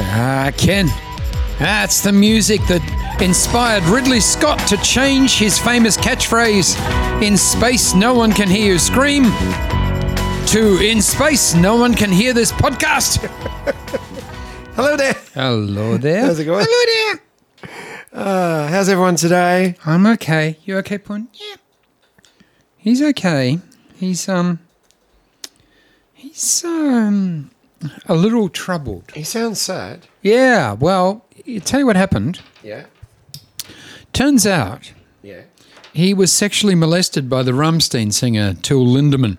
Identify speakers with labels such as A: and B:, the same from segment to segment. A: Ah, Ken. That's the music that inspired Ridley Scott to change his famous catchphrase In space, no one can hear you scream, to In space, no one can hear this podcast.
B: Hello there.
A: Hello there.
B: How's it going?
A: Hello there.
B: Uh, how's everyone today?
A: I'm okay. You okay, Pun? Yeah. He's okay. He's, um, he's, um, a little troubled.
B: He sounds sad.
A: Yeah, well, you tell you what happened.
B: Yeah.
A: Turns out
B: Yeah.
A: he was sexually molested by the Rammstein singer Till Lindemann.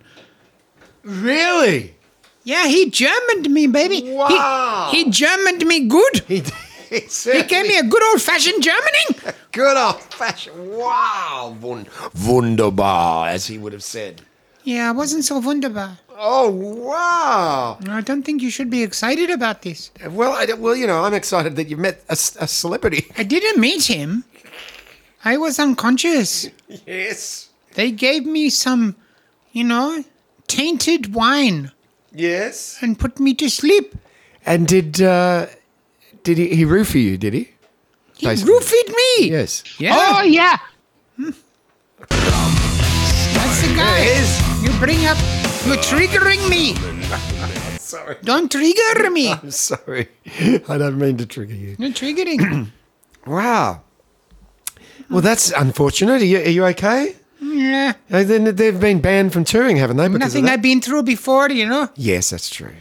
B: Really?
A: Yeah, he Germaned me, baby. He-
B: Wow.
A: He, Germaned me good.
B: He, he,
A: He gave me a good old fashioned Germaning.
B: good old fashioned. Wow. Wun- wunderbar, as he would have said.
A: Yeah, I wasn't so wunderbar.
B: Oh, wow.
A: I don't think you should be excited about this.
B: Well, I, well, you know, I'm excited that you've met a, s- a celebrity.
A: I didn't meet him. I was unconscious.
B: Yes.
A: They gave me some, you know, tainted wine
B: Yes.
A: and put me to sleep.
B: And did uh, did he, he roofie you, did he?
A: He
B: Basically.
A: roofied me.
B: Yes.
A: Yeah.
B: Oh,
A: yeah. That's the guy.
B: There it is.
A: You bring up. You're triggering me.
B: Sorry.
A: Don't trigger me.
B: I'm sorry. I don't mean to trigger you.
A: You're triggering.
B: Wow. Well, that's unfortunate. Are you, are you okay?
A: yeah.
B: They- Then they've been banned from touring, haven't they? Because
A: Nothing
B: of that?
A: I've been through before, you know.
B: yes, that's true.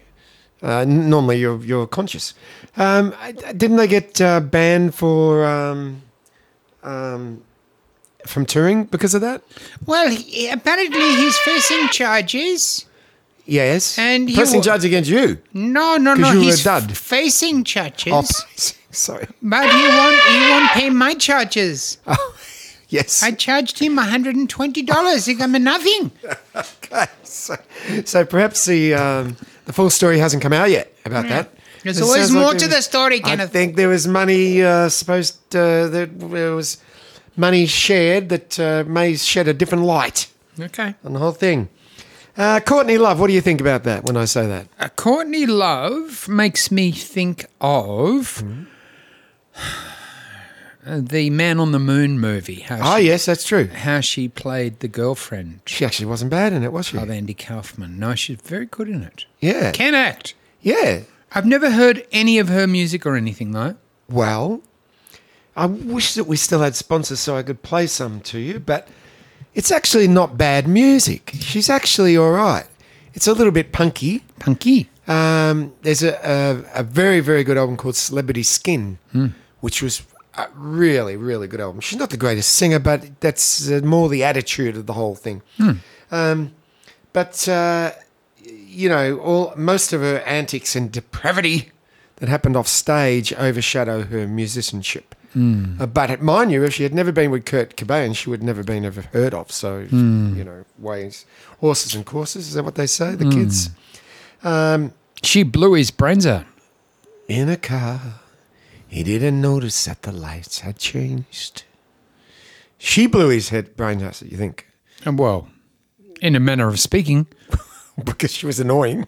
B: Uh, n- normally, you're you're conscious. Um, I- I- didn't they get uh, banned for um, um, from touring because of that?
A: Well, he, apparently he's facing charges.
B: Yes.
A: And you
B: pressing
A: were-
B: charge against you.
A: No, no,
B: 'Cause
A: no.
B: you were
A: he's
B: a dud.
A: f- facing charges,
B: Oh, sorry.
A: but he won't. He won't pay my charges.
B: Oh, Yes.
A: I charged him $120. He got me nothing.
B: Okay. So, so perhaps the um, the full story hasn't come out yet about that.
A: There's
B: It
A: always
B: sounds
A: more
B: there
A: to
B: was-
A: the story, Kenneth.
B: I think there was money uh, supposed uh, there, there was money shared that uh, may shed a different light
A: Okay.
B: on the whole thing. Uh, Courtney Love, what do you think about that when I say that?
A: Uh, Courtney Love makes me think of
B: Hmm.
A: uh, the Man on the Moon movie. How
B: Oh,
A: she,
B: yes, that's true.
A: How she played the girlfriend
B: She actually wasn't bad in it, was she?
A: of Andy Kaufman. No, she's very good in it.
B: Yeah.
A: Oh, Can act.
B: yeah.
A: I've never heard any of her music or anything though.
B: Well, I wish that we still had sponsors so I could play some to you, but it's actually not bad music. She's actually all right. It's a little bit punky.
A: Punky.
B: Um, there's a, a, a very, very good album called Celebrity Skin, which was a really, really good album. She's not the greatest singer, but that's uh, more the attitude of the whole thing. Um, but, uh, you know, all most of her antics and depravity that happened off stage overshadow her musicianship. Uh, but mind you, if she had never been with Kurt Cobain, she would never been ever heard of. So, you know, ways, horses and courses, is that what they say, the kids?
A: She blew his brains out.
B: In a car, he didn't notice that the lights had changed. She blew his head brains out, you think?
A: And well, in a manner of speaking.
B: Because she was annoying.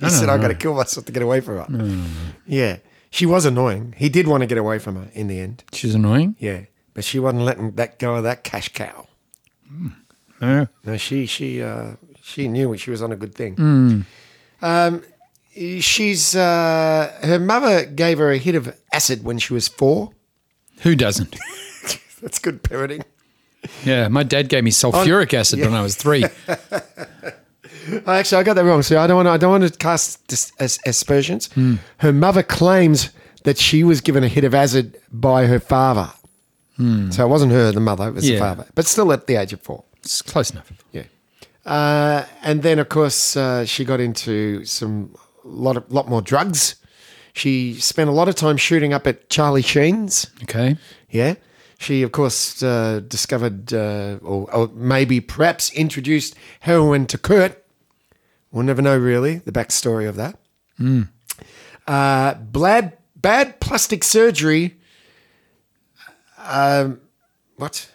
B: He said, I've got to kill myself to get away from her. Yeah. She was annoying. He did want to get away from her in the end.
A: She's annoying.
B: Yeah. But she wasn't letting that go of that cash cow.
A: No.
B: No, she she uh, she knew she was on a good thing. Um, she's uh, her mother gave her a hit of acid when she was four.
A: Who doesn't?
B: That's good parenting.
A: Yeah, my dad gave me sulfuric acid when I was three.
B: Oh, Actually, I got that wrong. So I don't want to, I don't want to cast dis- as- aspersions. Her mother claims that she was given a hit of acid by her father. So it wasn't her, the mother, it was
A: Yeah.
B: the father, but still at the age of four.
A: It's close enough.
B: Yeah. Uh, and then, of course, uh, she got into some lot of, lot more drugs. She spent a lot of time shooting up at Charlie Sheen's.
A: Okay.
B: Yeah. She, of course, uh, discovered uh, or, or maybe perhaps introduced heroin to Kurt. We'll never know really the backstory of that. Uh, blad, bad plastic surgery. Um, what?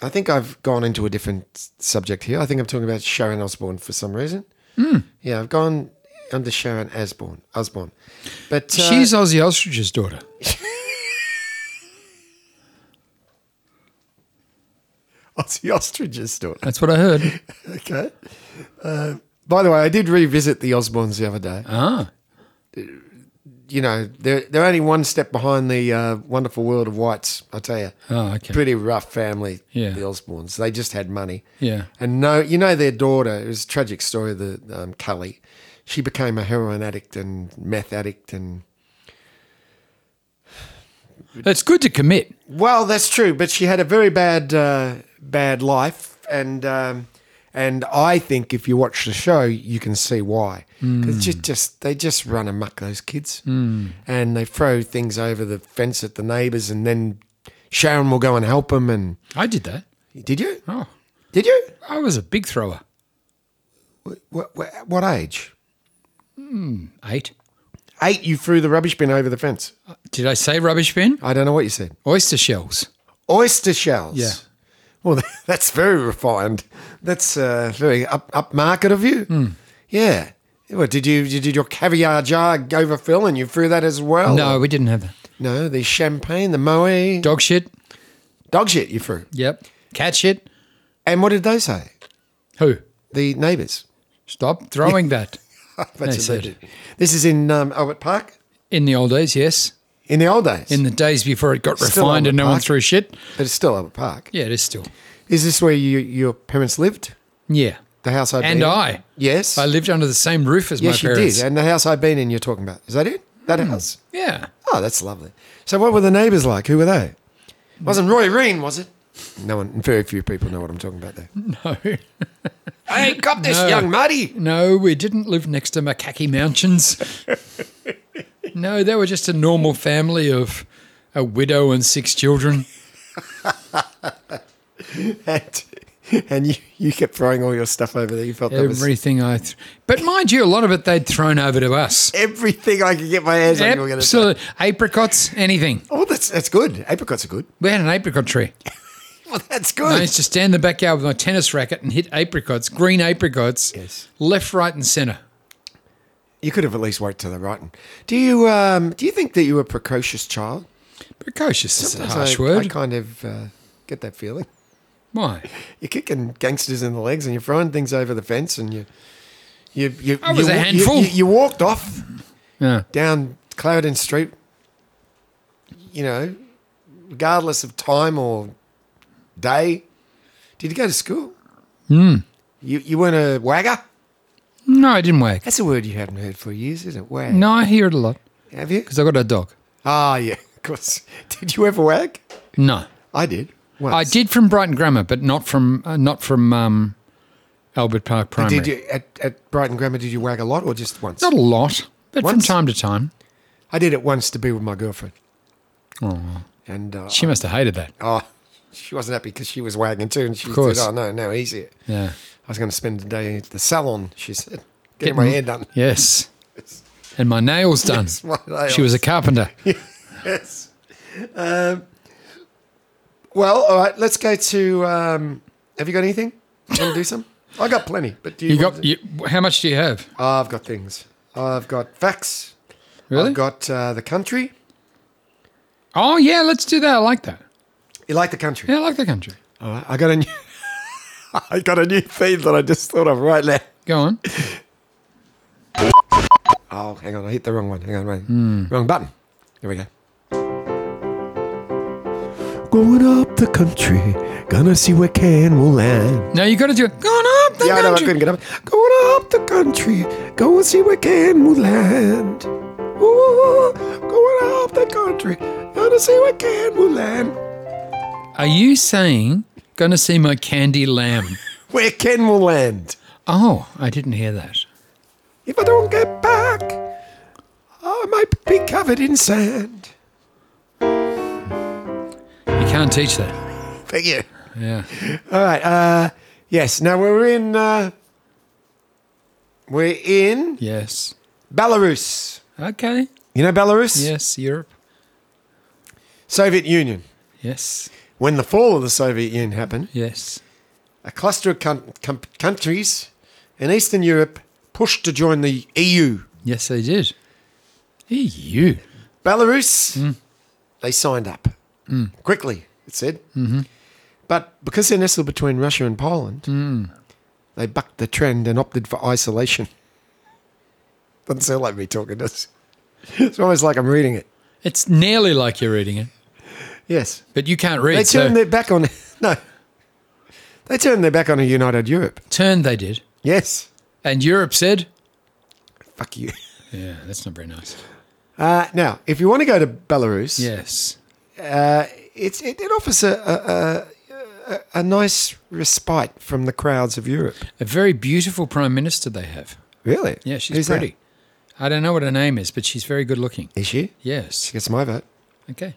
B: I think I've gone into a different s- subject here. I think I'm talking about Sharon Osbourne for some reason. Yeah, I've gone under Sharon Osbourne. Osbourne, but uh,
A: She's Ozzy Ostrich's daughter.
B: Ozzy Ostrich's daughter.
A: That's what I heard.
B: Okay. Uh, by the way, I did revisit the Osbournes the other day.
A: Ah,
B: You know, they're they're only one step behind the uh, Wonderful World of Whites. I tell you,
A: oh, okay.
B: pretty rough family.
A: Yeah.
B: the Osbournes. They just had money.
A: Yeah.
B: And no, you know their daughter. It was a tragic story. The um, Cully, she became a heroin addict and meth addict, and
A: It's good to commit.
B: well, that's true. But she had a very bad, uh, bad life, and um, and I think if you watch the show, you can see why. Because just, just they just run amok those kids, mm. and they throw things over the fence at the neighbours, and then Sharon will go and help them. And
A: I did that.
B: did you?
A: Oh,
B: Did you?
A: I was a big thrower.
B: What, what, what age?
A: Eight.
B: Eight. You threw the rubbish bin over the fence.
A: Did I say rubbish bin?
B: I don't know what you said.
A: Oyster shells.
B: oyster shells.
A: Yeah.
B: Well, that's very refined. That's uh, very up upmarket of you.
A: Hmm.
B: Yeah. Well, did you did your caviar jar overfill and you threw that as well?
A: No, we didn't have that.
B: No, the champagne, the moe,
A: Dog shit.
B: dog shit you threw.
A: Yep. Cat shit.
B: And what did they say?
A: Who?
B: The neighbours.
A: Stop throwing that.
B: That's
A: They
B: what
A: said.
B: did. This is in um, Albert Park
A: In the old days, yes.
B: in the old days,
A: In the days before it got
B: Still on
A: refined
B: the
A: and no one
B: market.
A: threw shit.
B: but it's still Albert Park.
A: Yeah, it is still.
B: Is this where you, your parents lived?
A: Yeah.
B: The house I've
A: And
B: been in?
A: I.
B: Yes.
A: I lived under the same roof as
B: yes,
A: my
B: you
A: parents. Hmm.
B: did. And the house I've been in, you're talking about. Is that it? That house.
A: Yeah.
B: Oh, that's lovely. So, what were the neighbours like? Who were they? Wasn't Roy Reen, was it? No one, very few people know what I'm talking about there.
A: No.
B: Hey, cop this
A: No.
B: young muddy.
A: No, we didn't live next to Makaki Mountains. no, they were just a normal family of a widow and six children.
B: And, and you, you kept throwing all your stuff over there. You felt that was
A: Everything I. Th- but mind you, a lot of it they'd thrown over to us.
B: everything I could get my hands on. you were gonna say.
A: Absolutely. Apricots, anything.
B: Oh, that's that's good. Apricots are good.
A: We had an apricot tree.
B: Well, that's
A: I
B: good.
A: used to stand in the backyard with my tennis racket and hit apricots, green apricots,
B: Yes.
A: left, right, and centre.
B: You could have at least worked to the right. one. Do you um, do you think that you were a precocious child?
A: Precocious is a
B: Sometimes
A: harsh
B: I,
A: word.
B: I kind of uh, get that feeling.
A: Why?
B: you're kicking gangsters in the legs and you're throwing things over the fence and you you you
A: I was
B: you,
A: a
B: you-
A: handful.
B: You, you walked off
A: Yeah.
B: down Clarendon Street, you know, regardless of time or day. Did you go to school? Mm.
A: Hmm.
B: You you weren't a wagger.
A: No, I didn't wag.
B: That's a word you haven't heard for years, is it? Wag.
A: No, I hear it a lot
B: Have you?
A: because I got a dog.
B: Ah, yeah, of course. Did you ever wag?
A: No.
B: I did. Once.
A: I did from Brighton Grammar, but not from uh, not from um, Albert Park Primary.
B: Did you at, at Brighton Grammar? Did you wag a lot or just once?
A: Not a lot, but
B: Once?
A: from time to time.
B: I did it once to be with my girlfriend. And uh,
A: She must have hated that.
B: oh, she wasn't happy because she was wagging too. And she
A: course.
B: said, Oh, no, no, easier.
A: Yeah.
B: I was going to spend the day at the salon, she said. Getting my hair done.
A: Yes. And my nails done.
B: my nails.
A: She was a carpenter.
B: Yes. Um, well, all right, let's go to. Um, have you got anything? Want to do some? I got plenty, but do you.
A: You
B: want
A: got
B: to-
A: you, how much do you have?
B: I've got things. I've got facts.
A: Really?
B: I've got uh, the country.
A: oh yeah, let's do that. I like that.
B: You like the country?
A: Yeah, I like the country.
B: All right. I got a new. I got a new theme that I just thought of right now.
A: Go on.
B: Oh, hang on, I hit the wrong one. Hang on, wait. Wrong button. Here we go. Going up the country, gonna see where Ken will land.
A: No, you got to do it. Gone up the
B: yeah, I know I
A: country.
B: couldn't get up. Going up the country, go and see where Ken will land. Ooh, going up the country, gonna see where Ken will land.
A: Are you saying going to see my candy lamb?
B: Where Ken will land.
A: Oh, I didn't hear that.
B: If I don't get back, I might be covered in sand.
A: You can't teach that.
B: Thank you.
A: Yeah.
B: All right. Uh, yes. Now we're in. Uh, we're in
A: Yes.
B: Belarus.
A: Okay.
B: You know Belarus?
A: Yes, Europe.
B: Soviet Union.
A: Yes.
B: When the fall of the Soviet Union happened,
A: Yes.
B: a cluster of coun com- countries in Eastern Europe pushed to join the E EU.
A: Yes, they did. EU.
B: Belarus, they signed up quickly, it said. But because they're nestled between Russia and Poland, they bucked the trend and opted for isolation. Doesn't sound like me talking, does it? It's almost like I'm reading it.
A: It's nearly like you're reading it,
B: Yes.
A: but you can't read.
B: They
A: so-
B: turned their back on. No. They turned their back on a united Europe.
A: turned they did.
B: Yes.
A: And Europe said,
B: Fuck you.
A: yeah, that's not very nice.
B: Uh, now, if you want to go to Belarus,
A: Yes.
B: Uh, it's, it, it offers a, a, a, a nice respite from the crowds of Europe.
A: A very beautiful prime minister they have.
B: Really?
A: Yeah, she's
B: Who's that?
A: pretty. I don't know what her name is, but she's very good looking.
B: Is she? She
A: Yes.
B: gets my vote.
A: Okay.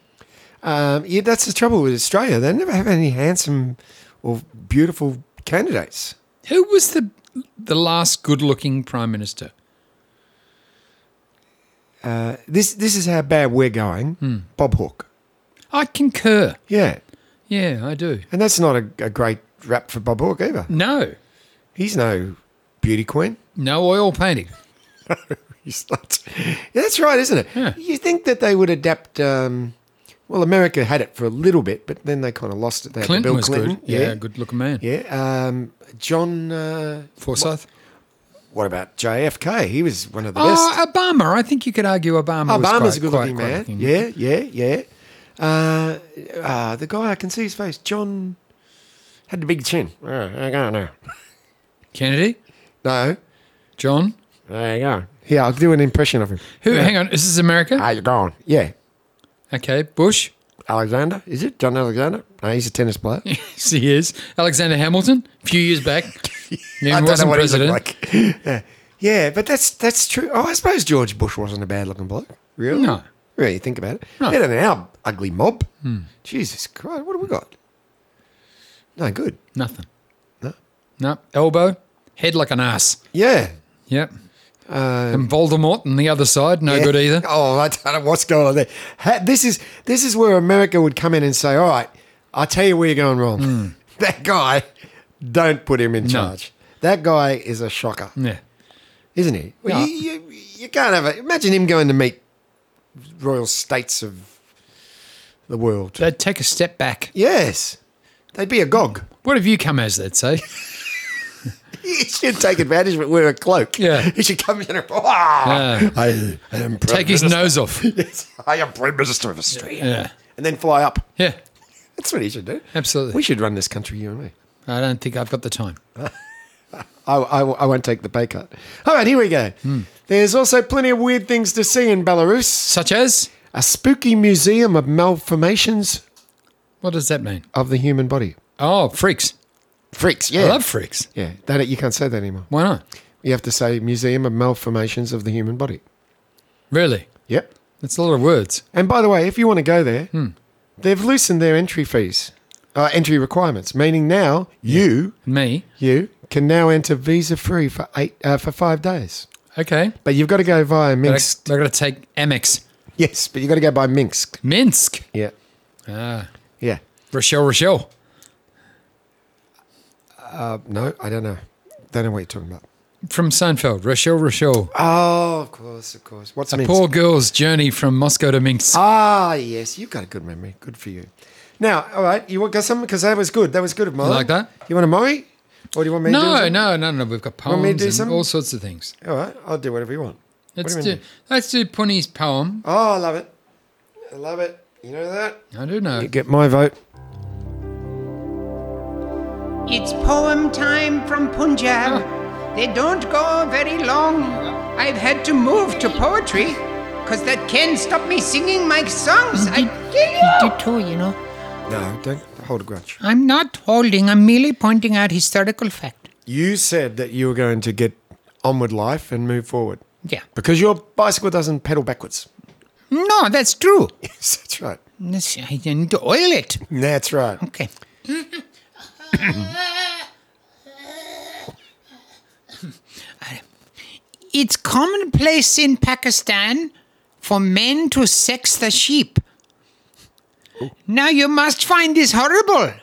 B: Um, yeah, that's the trouble with Australia. They never have any handsome or beautiful candidates.
A: Who was the the last good looking prime minister?
B: Uh, This this is how bad we're going.
A: Hmm.
B: Bob Hawke.
A: I concur.
B: Yeah,
A: Yeah, I do.
B: and that's not a, a great rap for Bob Hawke either.
A: No.
B: He's no beauty queen.
A: No oil painting.
B: He's not- Yeah, that's right, isn't it?
A: Yeah.
B: You think that they would adapt? Um, well, America had it for a little bit, but then they kind of lost it. They had
A: Clinton
B: Bill
A: was
B: Clinton.
A: good. Yeah, good looking man.
B: yeah. Um, John. Uh,
A: Forsyth.
B: what about JFK? He was one of the best.
A: Oh, Obama. I think you could argue Obama. was
B: Obama's
A: quite-
B: a good looking
A: quite-
B: man.
A: quite looking.
B: yeah, yeah, yeah. Uh, uh, the guy I can see his face, John, had the big chin. Uh, There you go now.
A: Kennedy.
B: No,
A: John.
B: there you go. Yeah, I'll do an impression of him.
A: Who? Hang on. Is this America?
B: How you going? Yeah,
A: Okay. Bush.
B: Alexander. Is it John Alexander? No, he's a tennis player.
A: Yes, he is. Alexander Hamilton. A few years back. Yeah,
B: I
A: he
B: don't know
A: wasn't
B: what he
A: president.
B: looked like. yeah. yeah, but that's that's true. Oh, I suppose George Bush wasn't a bad looking bloke. Really?
A: No.
B: Really, think about it.
A: No. Hmm.
B: Better than our ugly mob. Jesus Christ, what have we got? No good.
A: Nothing.
B: No.
A: No. Elbow. Head like an ass.
B: Yeah.
A: Yep. and Voldemort on the other side. No good either.
B: Um, Oh, I don't know what's going on there. Ha- This is this is where America would come in and say, "All right, I'll tell you where you're going wrong.
A: Hmm.
B: That guy, don't put him in charge. That guy is a shocker,
A: Yeah.
B: isn't he? Well,
A: Yeah.
B: you, you, you can't have a Imagine him going to meet royal states of the world.
A: They'd take a step back.
B: yes, they'd be agog.
A: What have you come as, they'd say?
B: He should take advantage, but wear a cloak.
A: Yeah.
B: he should come in and ah,
A: Yeah.
B: I, I am Prime
A: Take his
B: Minister.
A: nose off.
B: Yes, I am Prime Minister of Australia.
A: Yeah.
B: and then fly up.
A: Yeah.
B: That's what he should do.
A: Absolutely.
B: We should run this country, you and me.
A: I don't think I've got the time.
B: I, I, I won't take the pay cut. All right, here we go.
A: Hmm.
B: There's also plenty of weird things to see in Belarus.
A: Such as?
B: A spooky museum of malformations
A: What does that mean?
B: of the human body.
A: Oh, freaks.
B: Freaks, yeah.
A: I love freaks.
B: yeah, that, you can't say that anymore.
A: Why not?
B: You have to say museum of malformations of the human body.
A: Really?
B: Yep.
A: That's a lot of words.
B: And by the way, if you want to go there, they've loosened their entry fees, uh, entry requirements, meaning now you
A: Me?
B: you can now enter visa free for eight uh, for five days.
A: Okay.
B: But you've got to go
A: But
B: via
A: I,
B: Minsk
A: I got to take Amex.
B: Yes, but you got to go by Minsk.
A: Minsk.
B: Yeah.
A: Ah.
B: Yeah.
A: Rochelle, Rochelle.
B: Uh, No, I don't know. Don't know what you're talking about.
A: From Seinfeld. Rochelle, Rochelle.
B: Oh, of course, of course. What's
A: A
B: Minsk?
A: poor girl's journey from Moscow to Minsk.
B: ah, yes, you've got a good memory. Good for you. Now, all right, you want got something because that was good. That was good of mine.
A: like that?
B: You want a Murray? Or do you want me to do
A: no,
B: something?
A: no, no, no. We've got
B: me to
A: poems
B: do
A: and
B: something?
A: all sorts of things.
B: All right, I'll do whatever you want. What
A: Let's
B: do you
A: do,
B: mean?
A: let's do Punny's poem.
B: Oh, I love it. I love it. You know that?
A: I do know.
B: You get my vote.
C: It's poem time from Punjab. They don't go very long. I've had to move to poetry, 'cause that can stop me singing my songs. I tell you.
D: He did too, you know.
B: No, don't hold a grudge.
D: I'm not holding, I'm merely pointing out historical fact.
B: You said that you were going to get onward life and move forward
D: Yeah.
B: because your bicycle doesn't pedal backwards.
D: No, that's true.
B: Yes, that's right.
D: Yes, I need to oil it.
B: That's right.
D: Okay. it's commonplace in Pakistan for men to sex the sheep. Now you must find this horrible,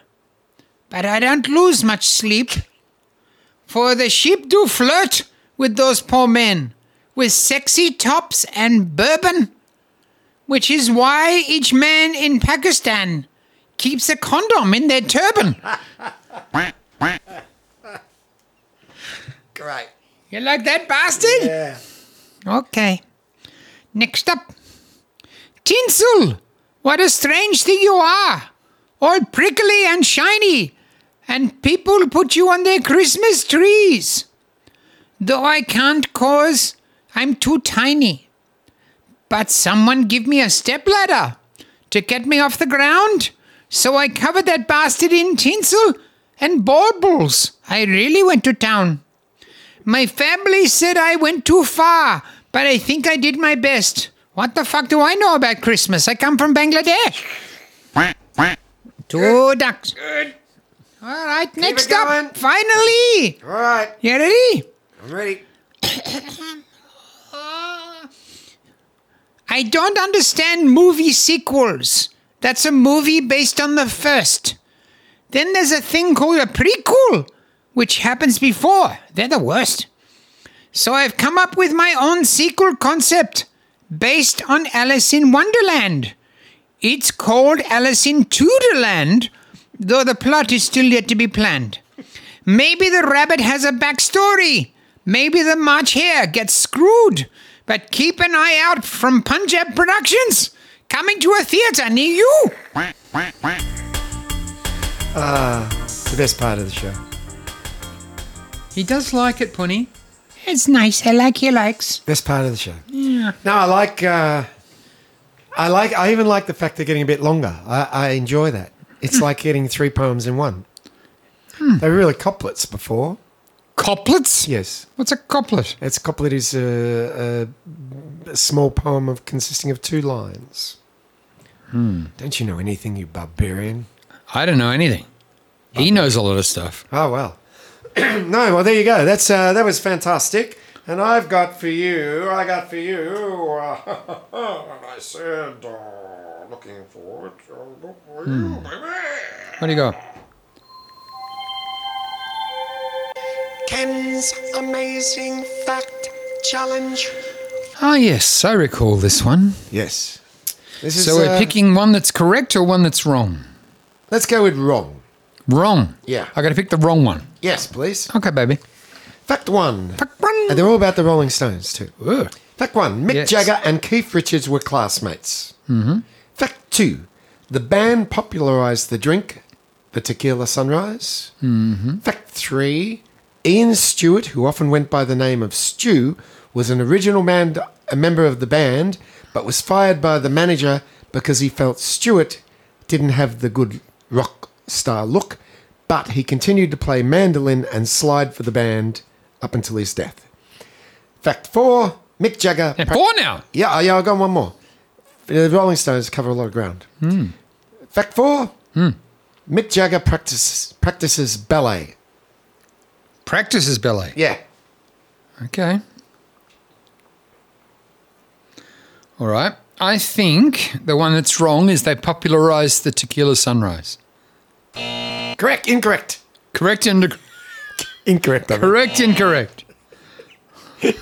D: but I don't lose much sleep, for the sheep do flirt with those poor men, with sexy tops and bourbon, which is why each man in Pakistan keeps a condom in their turban.
B: Great.
D: You like that bastard?
B: Yeah.
D: Okay. Next up. Tinsel! What a strange thing you are! All prickly and shiny, and people put you on their Christmas trees. Though I can't cause I'm too tiny. But someone give me a stepladder to get me off the ground, so I covered that bastard in tinsel and baubles. I really went to town. My family said I went too far, but I think I did my best. What the fuck do I know about Christmas? I come from Bangladesh. Two ducks.
B: Good.
D: All right, next
B: it going.
D: up. Finally.
B: All right.
D: You ready?
B: I'm ready.
D: I don't understand movie sequels. That's a movie based on the first. Then there's a thing called a prequel, which happens before. They're the worst. So I've come up with my own sequel concept based on Alice in Wonderland. It's called Alice in Tudorland, though the plot is still yet to be planned. Maybe the rabbit has a backstory. Maybe the March Hare gets screwed. But keep an eye out from Punjab Productions, coming to a theater near you.
B: It's the best part of the show.
A: He does like it, Punny.
D: It's nice. I like your likes.
B: Best part of the show. Yeah. No, I like. Uh, I like. I even like the fact they're getting a bit longer. I, I enjoy that. It's like getting three poems in one. They were really couplets before.
A: Couplets?
B: Yes,
A: What's a couplet?
B: it's couplet is a, a, a small poem of consisting of two lines. Don't you know anything, you barbarian?
A: I don't know anything. He knows a lot of stuff.
B: Oh well. no, well there you go. That's uh, that was fantastic. And I've got for you. I got for you. Uh, and I said, uh, looking forward. to- look for you,
E: Hmm.
B: baby.
A: What do you got?
E: Ken's amazing fact challenge.
A: Ah, yes, I recall this one.
B: Yes. This is,
A: So we're
B: uh,
A: picking one that's correct or one that's wrong?
B: Let's go with wrong.
A: Wrong.
B: Yeah.
A: I gotta pick the wrong one.
B: Yes, please.
A: Okay, baby.
B: Fact one.
A: Fuck, run.
B: And they're all about the Rolling Stones too.
A: Ugh.
B: Fact one: Mick
A: Yes.
B: Jagger and Keith Richards were classmates. Mm-hmm. Fact two: The band popularized the drink, the tequila sunrise. Mm-hmm. Fact three: Ian Stewart, who often went by the name of Stu, was an original man, a member of the band, but was fired by the manager because he felt Stewart didn't have the good rock star look. But he continued to play mandolin and slide for the band up until his death. Fact four: Mick Jagger.
A: Yeah,
B: prac-
A: Four now.
B: yeah, oh, yeah, I've got one more. The Rolling Stones cover a lot of ground. Fact four: Mick Jagger practices practices ballet.
A: Practices ballet.
B: Yeah,
A: Okay. All right. I think the one that's wrong is they popularized the tequila sunrise.
B: correct. Incorrect.
A: Correct, ind-
B: Incorrect. I mean.
A: correct, incorrect.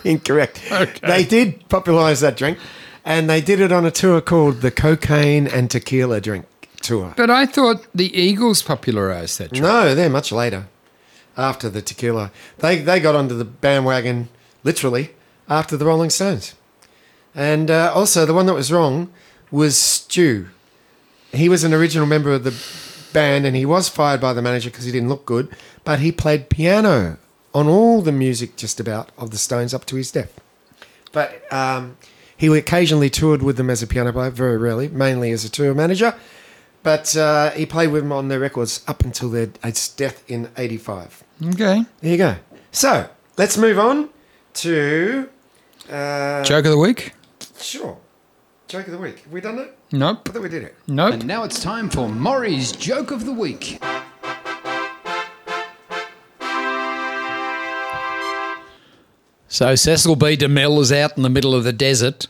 B: Incorrect.
A: Okay.
B: They did popularize that drink, and they did it on a tour called the Cocaine and Tequila Drink Tour.
A: But I thought the Eagles popularized that.
B: No, they're much later. After the tequila, they they got onto the bandwagon literally after the Rolling Stones, and uh, also the one that was wrong was Stu. He was an original member of the band, and he was fired by the manager because he didn't look good. But he played piano on all the music, just about of the Stones up to his death. But um, he occasionally toured with them as a piano player, very rarely, mainly as a tour manager. But uh, he played with them on their records up until their its death in '85.
A: Okay.
B: There you go. So let's move on to uh,
A: Joke of the week?
B: sure joke of the week. Have we done that? I
A: Nope.
B: thought we did it.
A: Nope.
F: And now it's time for Maury's Joke of the Week.
A: So Cecil B. DeMille is out in the middle of the desert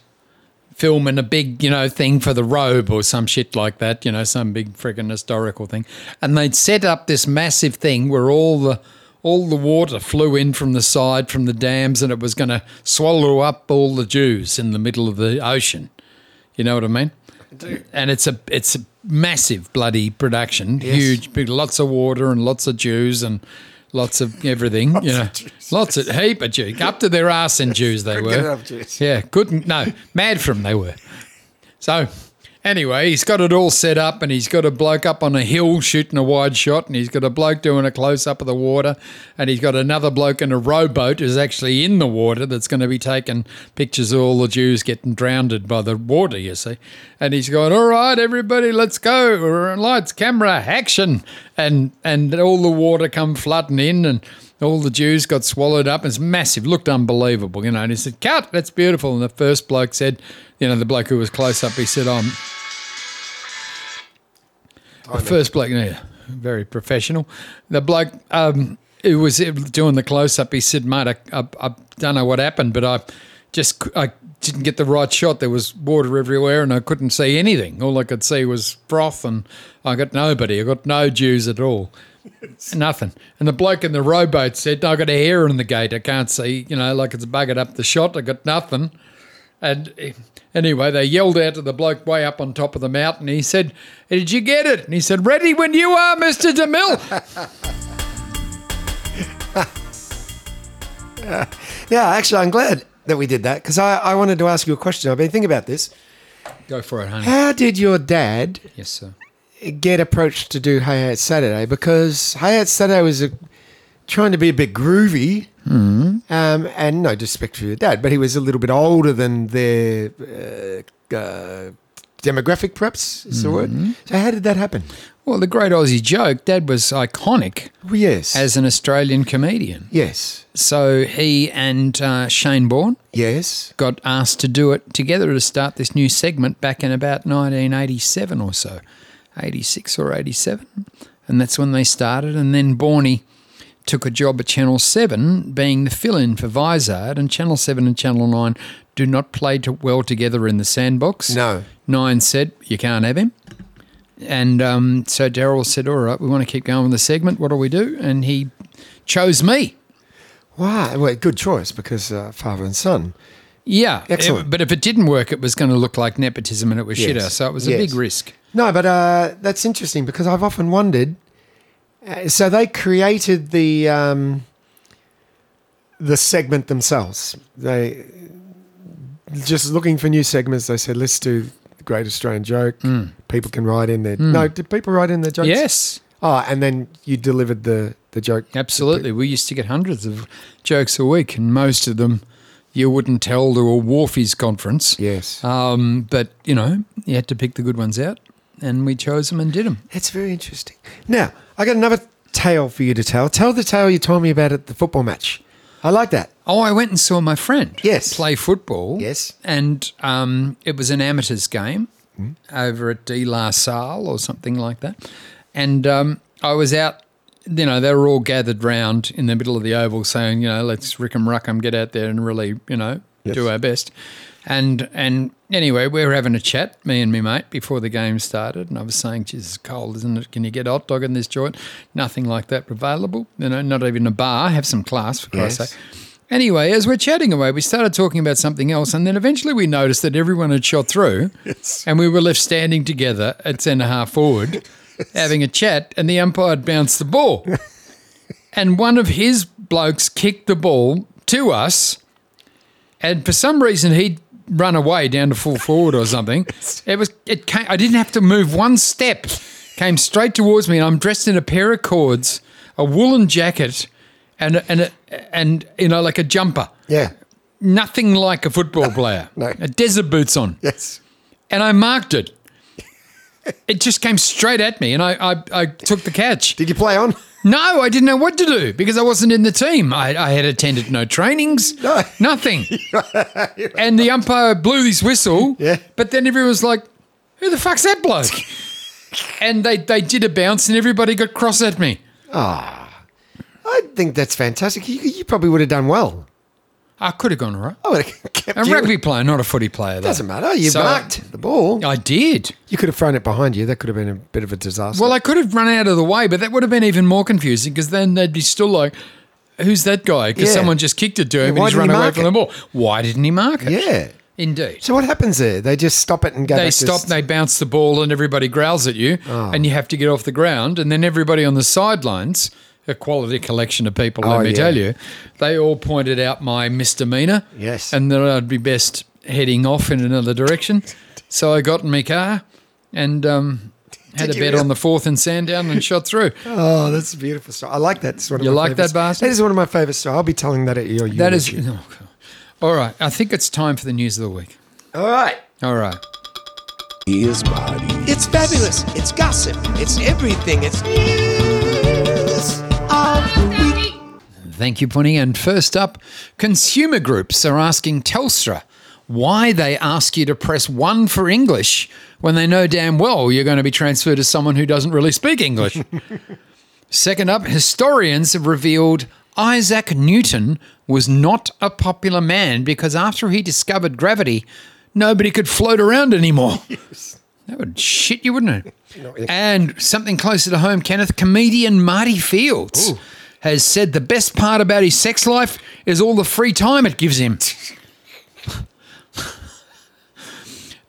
A: filming a big, you know, thing for the robe or some shit like that, you know, some big friggin' historical thing. And they'd set up this massive thing where all the all the water flew in from the side from the dams and it was going to swallow up all the Jews in the middle of the ocean. You know what I mean? And it's a it's a massive bloody production, huge, big, lots of water and lots of Jews and lots of everything. you know, lots of heap of Jews, up to their arse in Jews they
B: Good
A: were.
B: enough, Jews.
A: Yeah, couldn't no mad from they were. So anyway, he's got it all set up, and he's got a bloke up on a hill shooting a wide shot, and he's got a bloke doing a close up of the water, and he's got another bloke in a rowboat who's actually in the water that's going to be taking pictures of all the Jews getting drowned by the water, you see. And he's going, "All right, everybody, let's go! Lights, camera, action!" And and all the water come flooding in, and all the Jews got swallowed up. It's massive, looked unbelievable, you know. And he said, "Cut, that's beautiful." And the first bloke said, you know, the bloke who was close up, he said, "I'm." the first bloke, yeah, very professional. The bloke um, who was doing the close up, he said, "Mate, I, I, I don't know what happened, but I just c- I didn't get the right shot. There was water everywhere, and I couldn't see anything. All I could see was froth, and I got nobody. I got no Jews at all." Nothing. And the bloke in the rowboat said, I got a hair in the gate. I can't see, you know, like it's buggered up the shot. I got nothing. And eh, anyway, they yelled out to the bloke way up on top of the mountain. He said, Did you get it? And he said, Ready when you are, Mr. DeMille.
B: Yeah, actually, I'm glad that we did that because I, I wanted to ask you a question. I've been thinking about this.
A: Go for it, honey.
B: How did your dad
A: Yes, sir.
B: get approached to do Hey Hat Saturday? Because Hey Hat Saturday was a, trying to be a bit groovy. Um, and no disrespect for your dad, but he was a little bit older than their uh, uh, demographic, perhaps is the word. So, how did that happen?
A: Well, the great Aussie joke, Dad was iconic
B: Well, yes.
A: as an Australian comedian.
B: yes.
A: So he and uh, Shane Bourne
B: Yes.
A: got asked to do it together to start this new segment back in about 1987 or so, 86 or 87. And that's when they started. And then Borney took a job at Channel 7 being the fill in for Visard. And Channel 7 and Channel 9 do not play to well together in the sandbox.
B: No.
A: Nine said, You can't have him. And um, so Daryl said, All right, we want to keep going with the segment. What do we do? And he chose me.
B: Wow. Well, good choice because uh, father and son.
A: Yeah,
B: Excellent.
A: It- but if it didn't work, it was going to look like nepotism, and it was
B: Yes.
A: shitter. So it was a
B: Yes.
A: big risk.
B: No, but uh, that's interesting because I've often wondered. Uh, so they created the um, the segment themselves. They just looking for new segments. They said, "Let's do the Great Australian Joke." People can write in their no. Did people write in their jokes?
A: Hmm. Yes,
B: Oh, and then you delivered the the joke.
A: absolutely. We used to get hundreds of jokes a week, and most of them you wouldn't tell to a Wharfies conference.
B: Yes,
A: Um, but you know, you had to pick the good ones out, and we chose them and did them.
B: that's very interesting. Now I got another tale for you to tell. Tell the tale you told me about at the football match. I like that.
A: Oh, I went and saw my friend.
B: Yes.
A: Play football.
B: Yes. Hmm.
A: And um, it was an amateurs game over at De La Salle or something like that. And um, I was out, you know, they were all gathered round in the middle of the oval saying, you know, let's rick 'em ruck 'em, get out there and really, you know, do our best. And and anyway, we were having a chat, me and me mate, before the game started, and I was saying, "Geez, it's cold, isn't it? Can you get a hot dog in this joint? Nothing like that available. You know, not even a bar. Have some class, for Christ's
B: Yes.
A: sake." Anyway, as we're chatting away, we started talking about something else, and then eventually we noticed that everyone had shot through, and we were left standing together at centre half forward, having a chat, and the umpire had bounced the ball, and one of his blokes kicked the ball to us, and for some reason he'd run away down to full forward or something. It was it came. I didn't have to move one step. Came straight towards me, and I'm dressed in a pair of cords, a woolen jacket, and and and you know like a jumper.
B: Yeah.
A: Nothing like a football player.
B: No.
A: A desert boots on
B: Yes.
A: and I marked it. It just came straight at me, and I, I, I took the catch.
B: Did you play on?
A: No, I didn't know what to do because I wasn't in the team. I, I had attended no trainings,
B: No.
A: nothing. and the umpire blew his whistle,
B: Yeah.
A: but then everyone was like, who the fuck's that bloke? and they, they did a bounce, and everybody got cross at me.
B: I think that's fantastic. You, you probably would have done well.
A: I could have gone all right.
B: I would have kept
A: A
B: you.
A: rugby player, not a footy player. Though.
B: Doesn't matter. You
A: So-
B: marked the ball.
A: I did.
B: You could have thrown it behind you. That could have been a bit of a disaster.
A: Well, I could have run out of the way, but that would have been even more confusing because then they'd be still like, "Who's that guy?" Because
B: Yeah.
A: someone just kicked it to him and
B: why
A: he's
B: didn't
A: run
B: he
A: away
B: mark
A: from
B: it?
A: the ball. Why didn't he mark it?
B: yeah.
A: indeed.
B: So what happens there? They just stop it and go.
A: they
B: back
A: stop,
B: To,
A: they bounce the ball, and everybody growls at you,
B: Oh.
A: and you have to get off the ground. And then everybody on the sidelines, a quality collection of people,
B: Oh,
A: let me
B: yeah.
A: tell you, they all pointed out my misdemeanor.
B: Yes.
A: And that I'd be best heading off in another direction. So I got in my car and um, had
B: Did
A: a
B: you
A: bet
B: really?
A: on the fourth and Sandown and shot through.
B: oh, that's a beautiful story. I like that. It's one of
A: You
B: my
A: like that,
B: favourite-
A: bastard?
B: That is one of my favourite stories. I'll be telling that at your.
A: that
B: eulogy.
A: is. oh, God. all right. I think it's time for the news of the week.
B: all right.
A: All right.
G: His body.
E: It's fabulous. It's gossip. It's everything. It's news of the week.
A: Thank you, Punny. And first up, consumer groups are asking Telstra why they ask you to press one for English when they know damn well you're going to be transferred to someone who doesn't really speak English. Second up, historians have revealed Isaac Newton was not a popular man because after he discovered gravity, nobody could float around anymore. That would shit you, wouldn't it? And something closer to home, Kenneth, comedian Marty Fields has said the best part about his sex life is all the free time it gives him.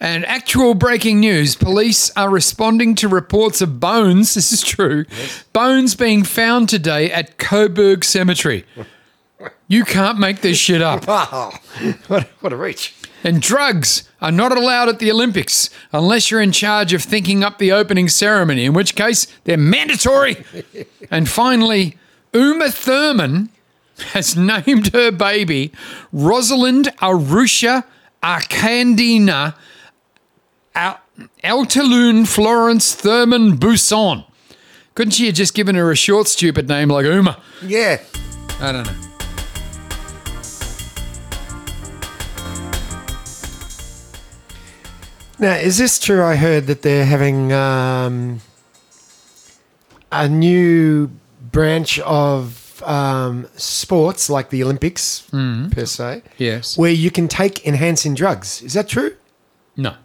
A: and actual breaking news police are responding to reports of bones, this is true, bones being found today at Coburg Cemetery. You can't make this shit up.
B: Wow. what, what a reach.
A: And drugs are not allowed at the Olympics unless you're in charge of thinking up the opening ceremony, in which case they're mandatory. and finally, Uma Thurman has named her baby Rosalind Arusha Arcandina Al- Altaloon Florence Thurman Buson. Couldn't she have just given her a short, stupid name like Uma?
B: Yeah.
A: I don't know.
B: Now, is this true? I heard that they're having um, a new branch of um, sports, like the Olympics
A: Mm-hmm.
B: per se.
A: Yes.
B: Where you can take enhancing drugs. Is that true?
A: No.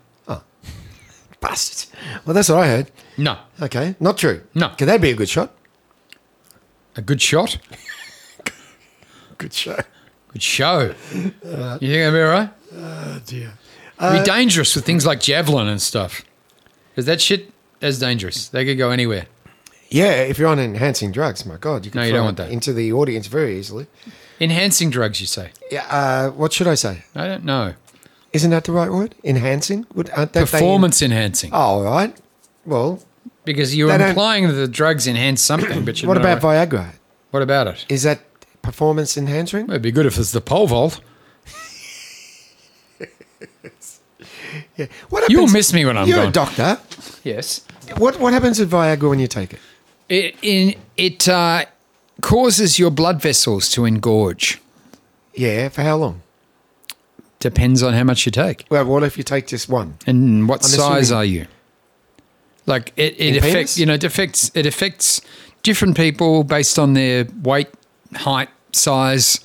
B: Bastards. Well, that's what I heard.
A: No.
B: Okay, not true.
A: No.
B: Could that be a good shot?
A: A good shot?
B: Good shot.
A: Good show. you think I'll be all right?
B: Oh dear.
A: be dangerous with things like javelin and stuff. Because that shit, that's dangerous. They could go anywhere.
B: Yeah, if you're on enhancing drugs, my God, you can
A: No, you
B: throw
A: don't want
B: it
A: that.
B: into the audience very easily.
A: Enhancing drugs, you say?
B: Yeah. Uh, what should I say?
A: I don't know.
B: Isn't that the right word? Enhancing? Would aren't that they-
A: Performance enhancing.
B: Oh, all right. Well,
A: because you're
B: they don't-
A: implying that the drugs enhance something, but you
B: what about Viagra?
A: What about it?
B: Is that performance enhancing?
A: It'd be good if it's the pole vault.
B: Yeah. What happens,
A: You'll miss me when I'm
B: You're
A: gone.
B: a doctor.
A: Yes.
B: What What happens with Viagra when you take it?
A: It, in, it uh, causes your blood vessels to engorge.
B: Yeah. For how long?
A: Depends on how much you take.
B: Well, what if you take just one?
A: And what
B: I'm
A: size
B: assuming-
A: are you? Like it, it
B: In
A: affects
B: penis?
A: you know, it affects it affects different people based on their weight, height, size,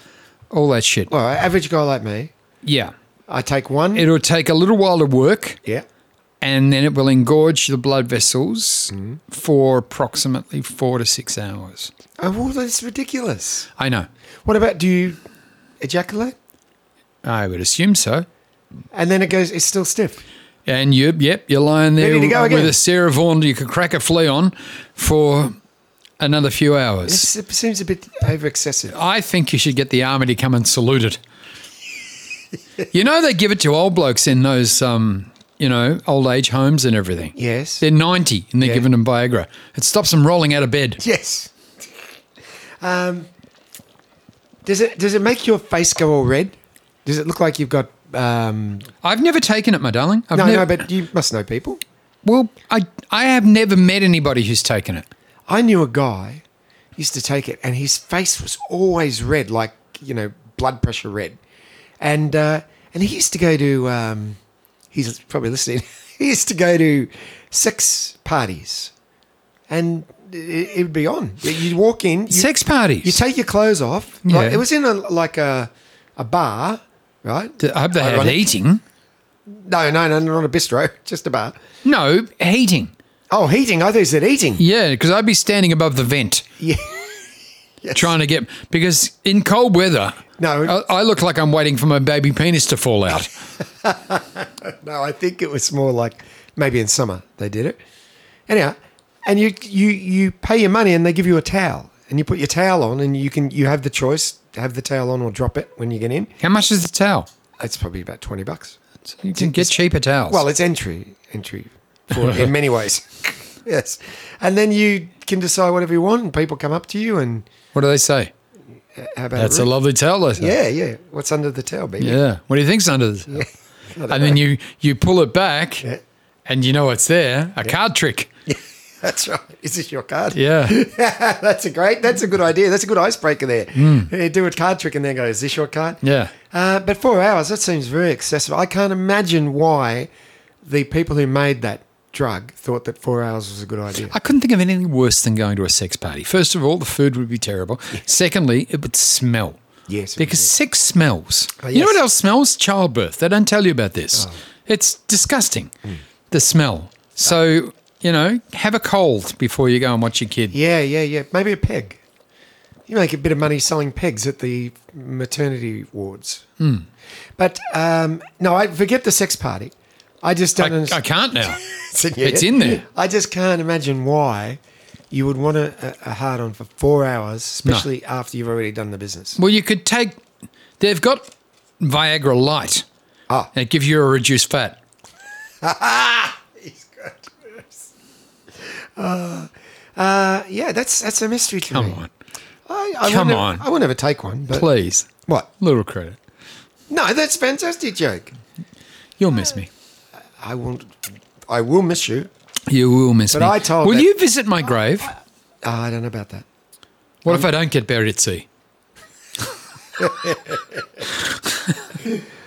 A: all that shit.
B: Well, average guy like me,
A: Yeah.
B: I take one.
A: It'll take a little while to work
B: yeah.
A: and then it will engorge the blood vessels
B: Mm-hmm.
A: for approximately four to six hours.
B: Oh, well, that's ridiculous.
A: I know.
B: What about do you ejaculate?
A: I would assume so.
B: And then it goes. It's still stiff.
A: And you, yep, you're lying there
B: Ready to go
A: with
B: again.
A: a Sarah Vaughan you could crack a flea on for another few hours.
B: It's, it seems a bit over excessive.
A: I think you should get the army to come and salute it. you know they give it to old blokes in those, um, you know, old age homes and everything.
B: Yes.
A: They're 90 and they're giving them Viagra. It stops them rolling out of bed.
B: Yes. Um, does it Does it make your face go all red? Does it look like you've got? Um,
A: I've never taken it, my darling. I've
B: no,
A: never,
B: no, but you must know people.
A: well, I I have never met anybody who's taken it.
B: I knew a guy used to take it, and his face was always red, like you know, blood pressure red. And uh, and he used to go to um, he's probably listening. he used to go to sex parties, and it, it would be on. You would walk in, you,
A: Sex parties.
B: you take your clothes off. Like,
A: Yeah.
B: it was in a like a a bar, right?
A: I hope they had
B: Ironic.
A: heating.
B: No, no, no, not a bistro, just a bar.
A: No, heating.
B: Oh, heating. I thought you said eating.
A: Yeah, because I'd be standing above the vent.
B: Yeah.
A: Trying to get because in cold weather,
B: No.
A: I, I look like I'm waiting for my baby penis to fall out.
B: No, I think it was more like maybe in summer they did it. Anyhow, and you you you pay your money and they give you a towel and you put your towel on and you can you have the choice to have the towel on or drop it when you get in.
A: How much is the towel?
B: It's probably about twenty bucks.
A: You can get cheaper towels.
B: Well, it's entry entry for in many ways. yes, and then you can decide whatever you want and people come up to you and
A: what do they say?
B: how about
A: That's a
B: room?
A: lovely towel. They say.
B: Yeah, yeah. What's under the towel, baby?
A: Yeah. What do you think's under the towel? and then you you pull it back,
B: Yeah.
A: and you know what's there. A card trick.
B: That's right. Is this your card?
A: Yeah.
B: that's a great. That's a good idea. That's a good icebreaker there. Yeah, do a card trick and then go. Is this your card?
A: Hmm. yeah.
B: Uh, but four hours. That seems very excessive. I can't imagine why the people who made that drug thought that four hours was a good idea.
A: I couldn't think of anything worse than going to a sex party. First of all, the food would be terrible. Secondly, it would smell.
B: Yes, it would
A: Because sex smells. You know
B: yes.
A: what else smells? Childbirth. They don't tell you about this. It's disgusting, the smell. So, you know, have a cold before you go and watch your kid.
B: Yeah, yeah, yeah. Maybe a peg. You make a bit of money selling pegs at the maternity wards.
A: Hmm.
B: But um, no, I forget the sex party. I just don't.
A: I, I
B: understand.
A: can't now.
B: It's in, here.
A: It's in there.
B: I just can't imagine why you would want a, a hard on for four hours, especially after you've already done the business.
A: Well, you could take. They've got Viagra Light.
B: Ah.
A: And it gives you a reduced fat.
B: Uh, yeah, that's that's a mystery to
A: Come
B: me.
A: on,
B: I, I
A: Come
B: won't ever-
A: on.
B: I won't ever take one. But
A: please.
B: what?
A: Little credit.
B: No, that's fantastic, Jake.
A: You'll miss me.
B: I won't. I will miss you.
A: You will miss
B: But
A: me.
B: I told
A: Will
B: that-
A: you visit my grave?
B: Uh, I don't know about that.
A: What if I don't get buried at sea?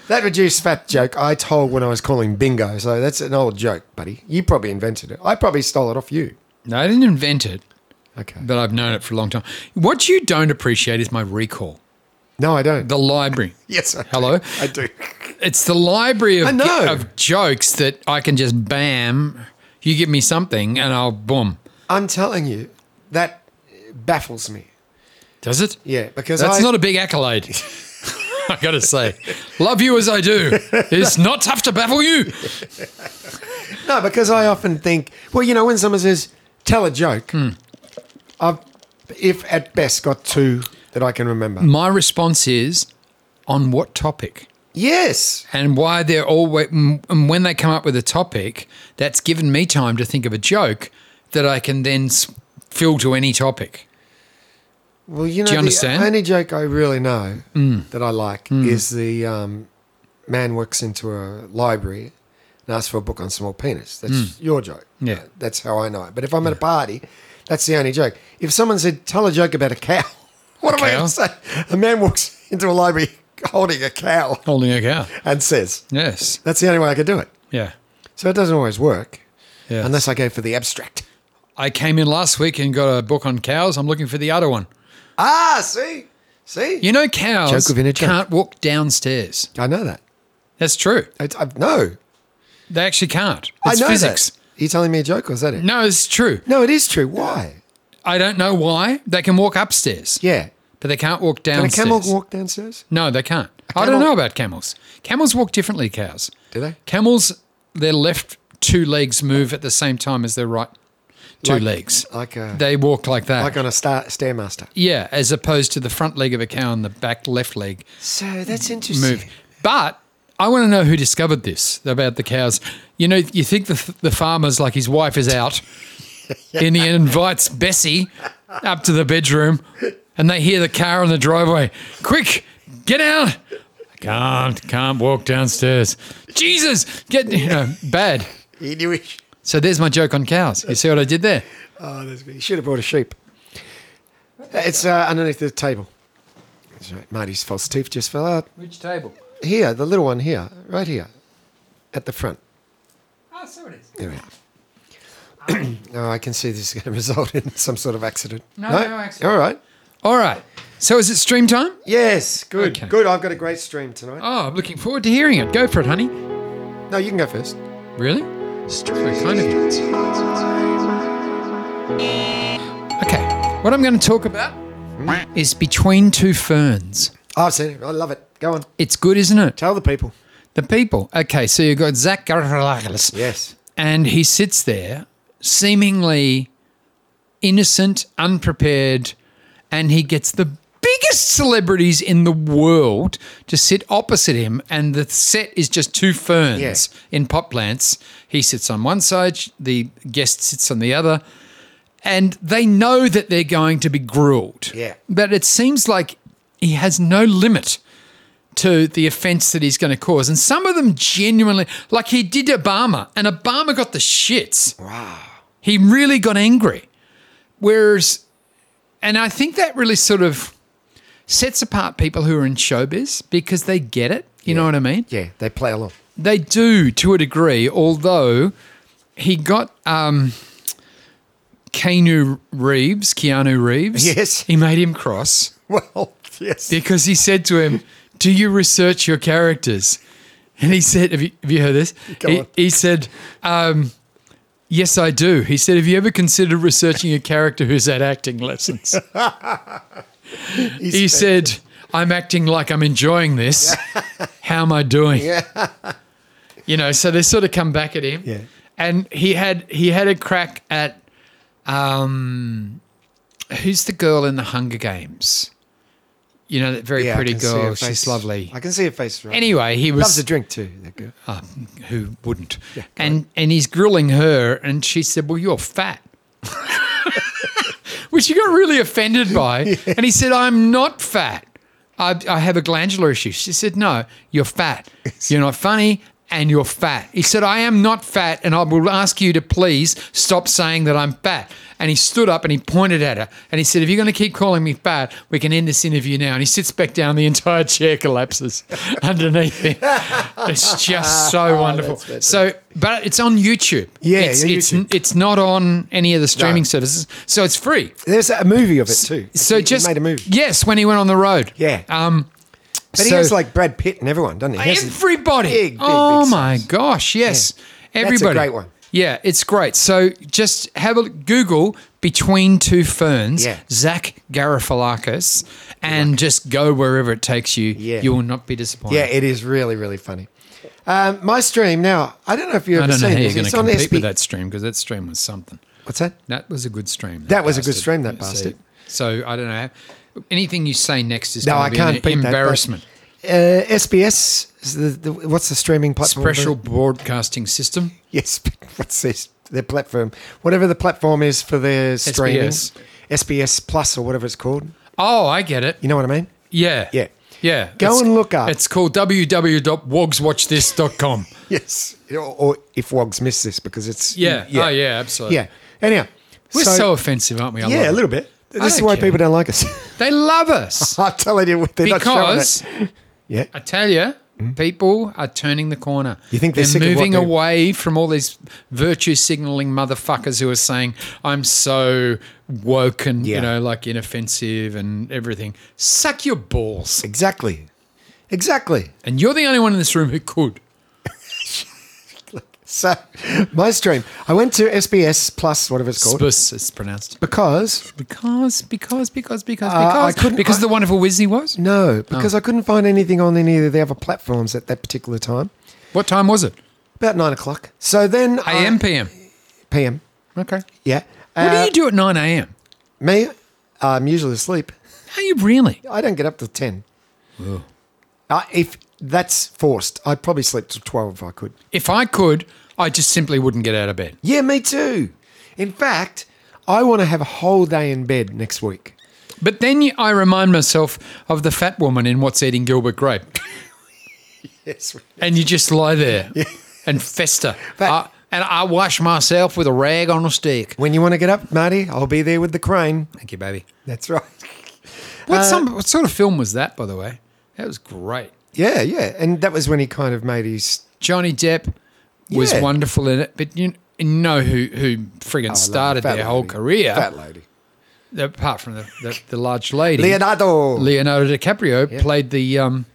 B: That reduced fat joke I told when I was calling bingo. So that's an old joke, buddy. You probably invented it. I probably stole it off you.
A: No, I didn't invent it,
B: Okay.
A: but I've known it for a long time. What you don't appreciate is my recall.
B: No, I don't.
A: The library.
B: yes. I do.
A: Hello?
B: I do.
A: It's the library
B: I
A: of,
B: know.
A: of jokes that I can just bam, you give me something and I'll boom.
B: I'm telling you, that baffles me.
A: Does it?
B: Yeah, because
A: That's
B: I,
A: not a big accolade. I gotta say, love you as I do. It's not tough to baffle you.
B: no, because I often think, well, you know, when someone says tell a joke,
A: Hmm.
B: I've, if at best, got two that I can remember.
A: My response is, on what topic?
B: Yes,
A: and why they're always and when they come up with a topic that's given me time to think of a joke that I can then s- fill to any topic.
B: Well, you know,
A: you
B: the
A: understand? Hmm.
B: only joke I really know that I like is the um, man walks into a library and asks for a book on small penis. That's your joke.
A: Hmm. Yeah.
B: Uh, That's how I know it. But if I'm at a party, that's the only joke. If someone said, tell a joke about a cow, what am I
A: cow?
B: going to say? A man walks into a library holding a cow
A: Holding a cow.
B: and says,
A: Yes.
B: that's the only way I could do it.
A: Yeah.
B: So it doesn't always work
A: Yeah.
B: unless I go for the abstract.
A: I came in last week and got a book on cows. I'm looking for the other one.
B: Ah, see? See?
A: You know, cows
B: Joke within a joke.
A: can't walk downstairs.
B: I know that.
A: That's true.
B: I, I, no.
A: They actually can't.
B: I
A: It's
B: know
A: physics.
B: That. Are you telling me a joke or is that it?
A: No, it's true.
B: No, it is true. Why?
A: I don't know why they can walk upstairs,
B: Yeah.
A: but they can't walk
B: Can a
A: downstairs.
B: camel walk downstairs?
A: No, they can't. I
B: camel-
A: don't know about camels. Camels walk differently to cows.
B: Do they?
A: Camels, their left two legs move at the same time as their right two
B: Like-
A: legs.
B: like a-
A: they walk like that.
B: Like on a star, stairmaster.
A: yeah, as opposed to the front leg of a cow and the back left leg
B: So that's interesting.
A: move. But I want to know who discovered this about the cows. You know, you think the, the farmer's like his wife is out, and he invites Bessie up to the bedroom, and they hear the car on the driveway. Quick, get out! I can't, can't walk downstairs. Jesus, get you know, bad.
B: He knew he.
A: So there's my joke on cows. You see what I did there?
B: Oh, that's good. He should have brought a sheep. It's uh, underneath the table. That's right. Marty's false teeth just fell out.
A: Which table?
B: Here, the little one here, right here, at the front.
A: Oh, so it is.
B: There we are. oh, I can see this is going to result in some sort of accident.
A: No, no accident.
B: All right.
A: All right. So is it stream time?
B: Yes, good,
A: Okay.
B: good. I've got a great stream tonight.
A: Oh, I'm looking forward to hearing it. Go for it, honey. Oh.
B: No, you can go first.
A: Really? Very kind of you. Okay. What I'm going to talk about is Between Two Ferns.
B: I've seen it. I love it. Go on.
A: It's good, isn't it?
B: Tell the people.
A: The people. Okay, so you've got Zach Galifianakis.
B: Yes.
A: and he sits there seemingly innocent, unprepared, and he gets the biggest celebrities in the world to sit opposite him and the set is just two ferns
B: Yeah.
A: in pot plants he sits on one side the guest sits on the other and they know that they're going to be grilled
B: Yeah.
A: but it seems like he has no limit to the offense that he's going to cause. And some of them genuinely, like he did Obama, and Obama got the shits. Wow. He really got angry. Whereas, and I think that really sort of sets apart people who are in showbiz because they get it. You know what I mean?
B: Yeah, they play along.
A: They do to a degree, although he got um, Keanu Reeves, Keanu Reeves.
B: Yes.
A: He made him cross
B: Well, yes.
A: because he said to him, "Do you research your characters?" And he said, "Have you, have you heard this?"
B: Go
A: He,
B: on.
A: he said, um, "Yes, I do." He said, "Have you ever considered researching a character who's had acting lessons?" he said, "I'm acting like I'm enjoying this. How am I doing?" you know, so they sort of come back at him.
B: Yeah.
A: And he had he had a crack at um, who's the girl in the Hunger Games? You know, that very
B: Yeah, I
A: pretty
B: can see
A: girl.
B: her
A: She's
B: face.
A: lovely.
B: I can see her face. Right.
A: Anyway, he
B: loves a
A: was
B: drink too. That girl.
A: uh, who wouldn't, and and he's grilling her, and she said, "Well, you're fat," which he got really offended by, and he said, "I'm not fat. I, I have a glandular issue." She said, "No, you're fat. You're not funny." And you're fat. He said, I am not fat, and I will ask you to please stop saying that I'm fat. And he stood up and he pointed at her and he said, If you're going to keep calling me fat, we can end this interview now. And he sits back down, the entire chair collapses underneath him. It's just so wonderful. So, but it's on YouTube.
B: Oh, Yeah,
A: it's
B: yeah,
A: it's,
B: YouTube.
A: it's not on any of the streaming services, so it's free.
B: There's a movie of it too.
A: So
B: He- he
A: just
B: made a movie.
A: Yes, when he went on the road.
B: Yeah.
A: Um,
B: But he
A: so-
B: has like Brad Pitt and everyone, doesn't he? he has a-
A: everybody.
B: big, big,
A: oh
B: big
A: my
B: size.
A: gosh! Yes,
B: a
A: everybody.
B: great one.
A: Yeah, it's great. So just have a Google between two ferns,
B: Yeah.
A: Zach Garifalakis, and just go wherever it takes you.
B: Yeah.
A: you will not be disappointed.
B: Yeah, it is really, really funny. Um, my stream now. I don't know if you've
A: I
B: ever
A: don't know
B: seen
A: how you're
B: this.
A: going to
B: It's on
A: compete
B: SB.
A: with that stream because that stream was something.
B: What's that?
A: That was a good stream.
B: That was a good stream, that
A: You see.
B: bastard.
A: So I don't know. Anything you say next is
B: No,
A: going
B: I
A: to be
B: can't beat
A: an
B: that, but-
A: embarrassment.
B: Uh, SBS. is the- the- what's the streaming platform?
A: Special broadcasting system.
B: Yes. What's this? Their platform, whatever the platform is for their streaming.
A: SBS.
B: SBS Plus or whatever it's called.
A: Oh, I get it.
B: You know what I mean?
A: Yeah.
B: Yeah.
A: Yeah.
B: Go
A: It's-
B: and look up.
A: It's called www.wogswatchthis.com.
B: Yes. Or, or if Wogs miss this because it's
A: Yeah. Oh, yeah, absolutely.
B: yeah. Anyhow,
A: We're so, offensive, aren't we? I love
B: yeah, a
A: it.
B: little bit. This is
A: don't
B: why
A: care.
B: people don't like us.
A: They love us
B: I'm telling you, they're not
A: because
B: showing it. Yeah.
A: I tell you, people are turning the corner.
B: You think they're
A: they're
B: sick of what
A: moving
B: they-
A: away from all these virtue signaling motherfuckers who are saying, I'm so woke and,
B: Yeah.
A: you know, like inoffensive and everything. Suck your balls.
B: Exactly. Exactly.
A: And you're the only one in this room who could.
B: So, my stream. I went to SBS Plus, whatever it's called,
A: Spus, it's pronounced.
B: because
A: Because, because, because, because,
B: Uh, I
A: because.
B: couldn't-
A: because
B: I-
A: the wonderful Wizzy was?
B: no,
A: Oh.
B: because I couldn't find anything on any of the other platforms at that particular time.
A: What time was it?
B: About nine o'clock. So then, I-
A: AM, PM.
B: PM.
A: Okay.
B: Yeah.
A: What do
B: Uh,
A: you do at 9 a.m.?
B: Me, I'm usually asleep.
A: Are you really?
B: I don't get up till ten. Uh, if that's forced, I'd probably sleep till twelve if I could.
A: If I could, I just simply wouldn't get out of bed.
B: Yeah, me too. In fact, I want to have a whole day in bed next week.
A: But then you, I remind myself of the fat woman in What's Eating Gilbert Grape.
B: Yes.
A: And you just lie there and fester. I- and I wash myself with a rag on a stick.
B: When you want to get up, Marty, I'll be there with the crane.
A: Thank you, baby.
B: That's right.
A: What, some, what sort of film was that, by the way? That was great.
B: Yeah, yeah. And that was when he kind of made his.
A: Johnny Depp was
B: Yeah. Oh,
A: wonderful in it, but you, you know who, who friggin' started
B: Fat
A: their whole
B: lady.
A: career?
B: Fat lady.
A: apart from the, the, the large lady,
B: Leonardo.
A: Leonardo DiCaprio played the um,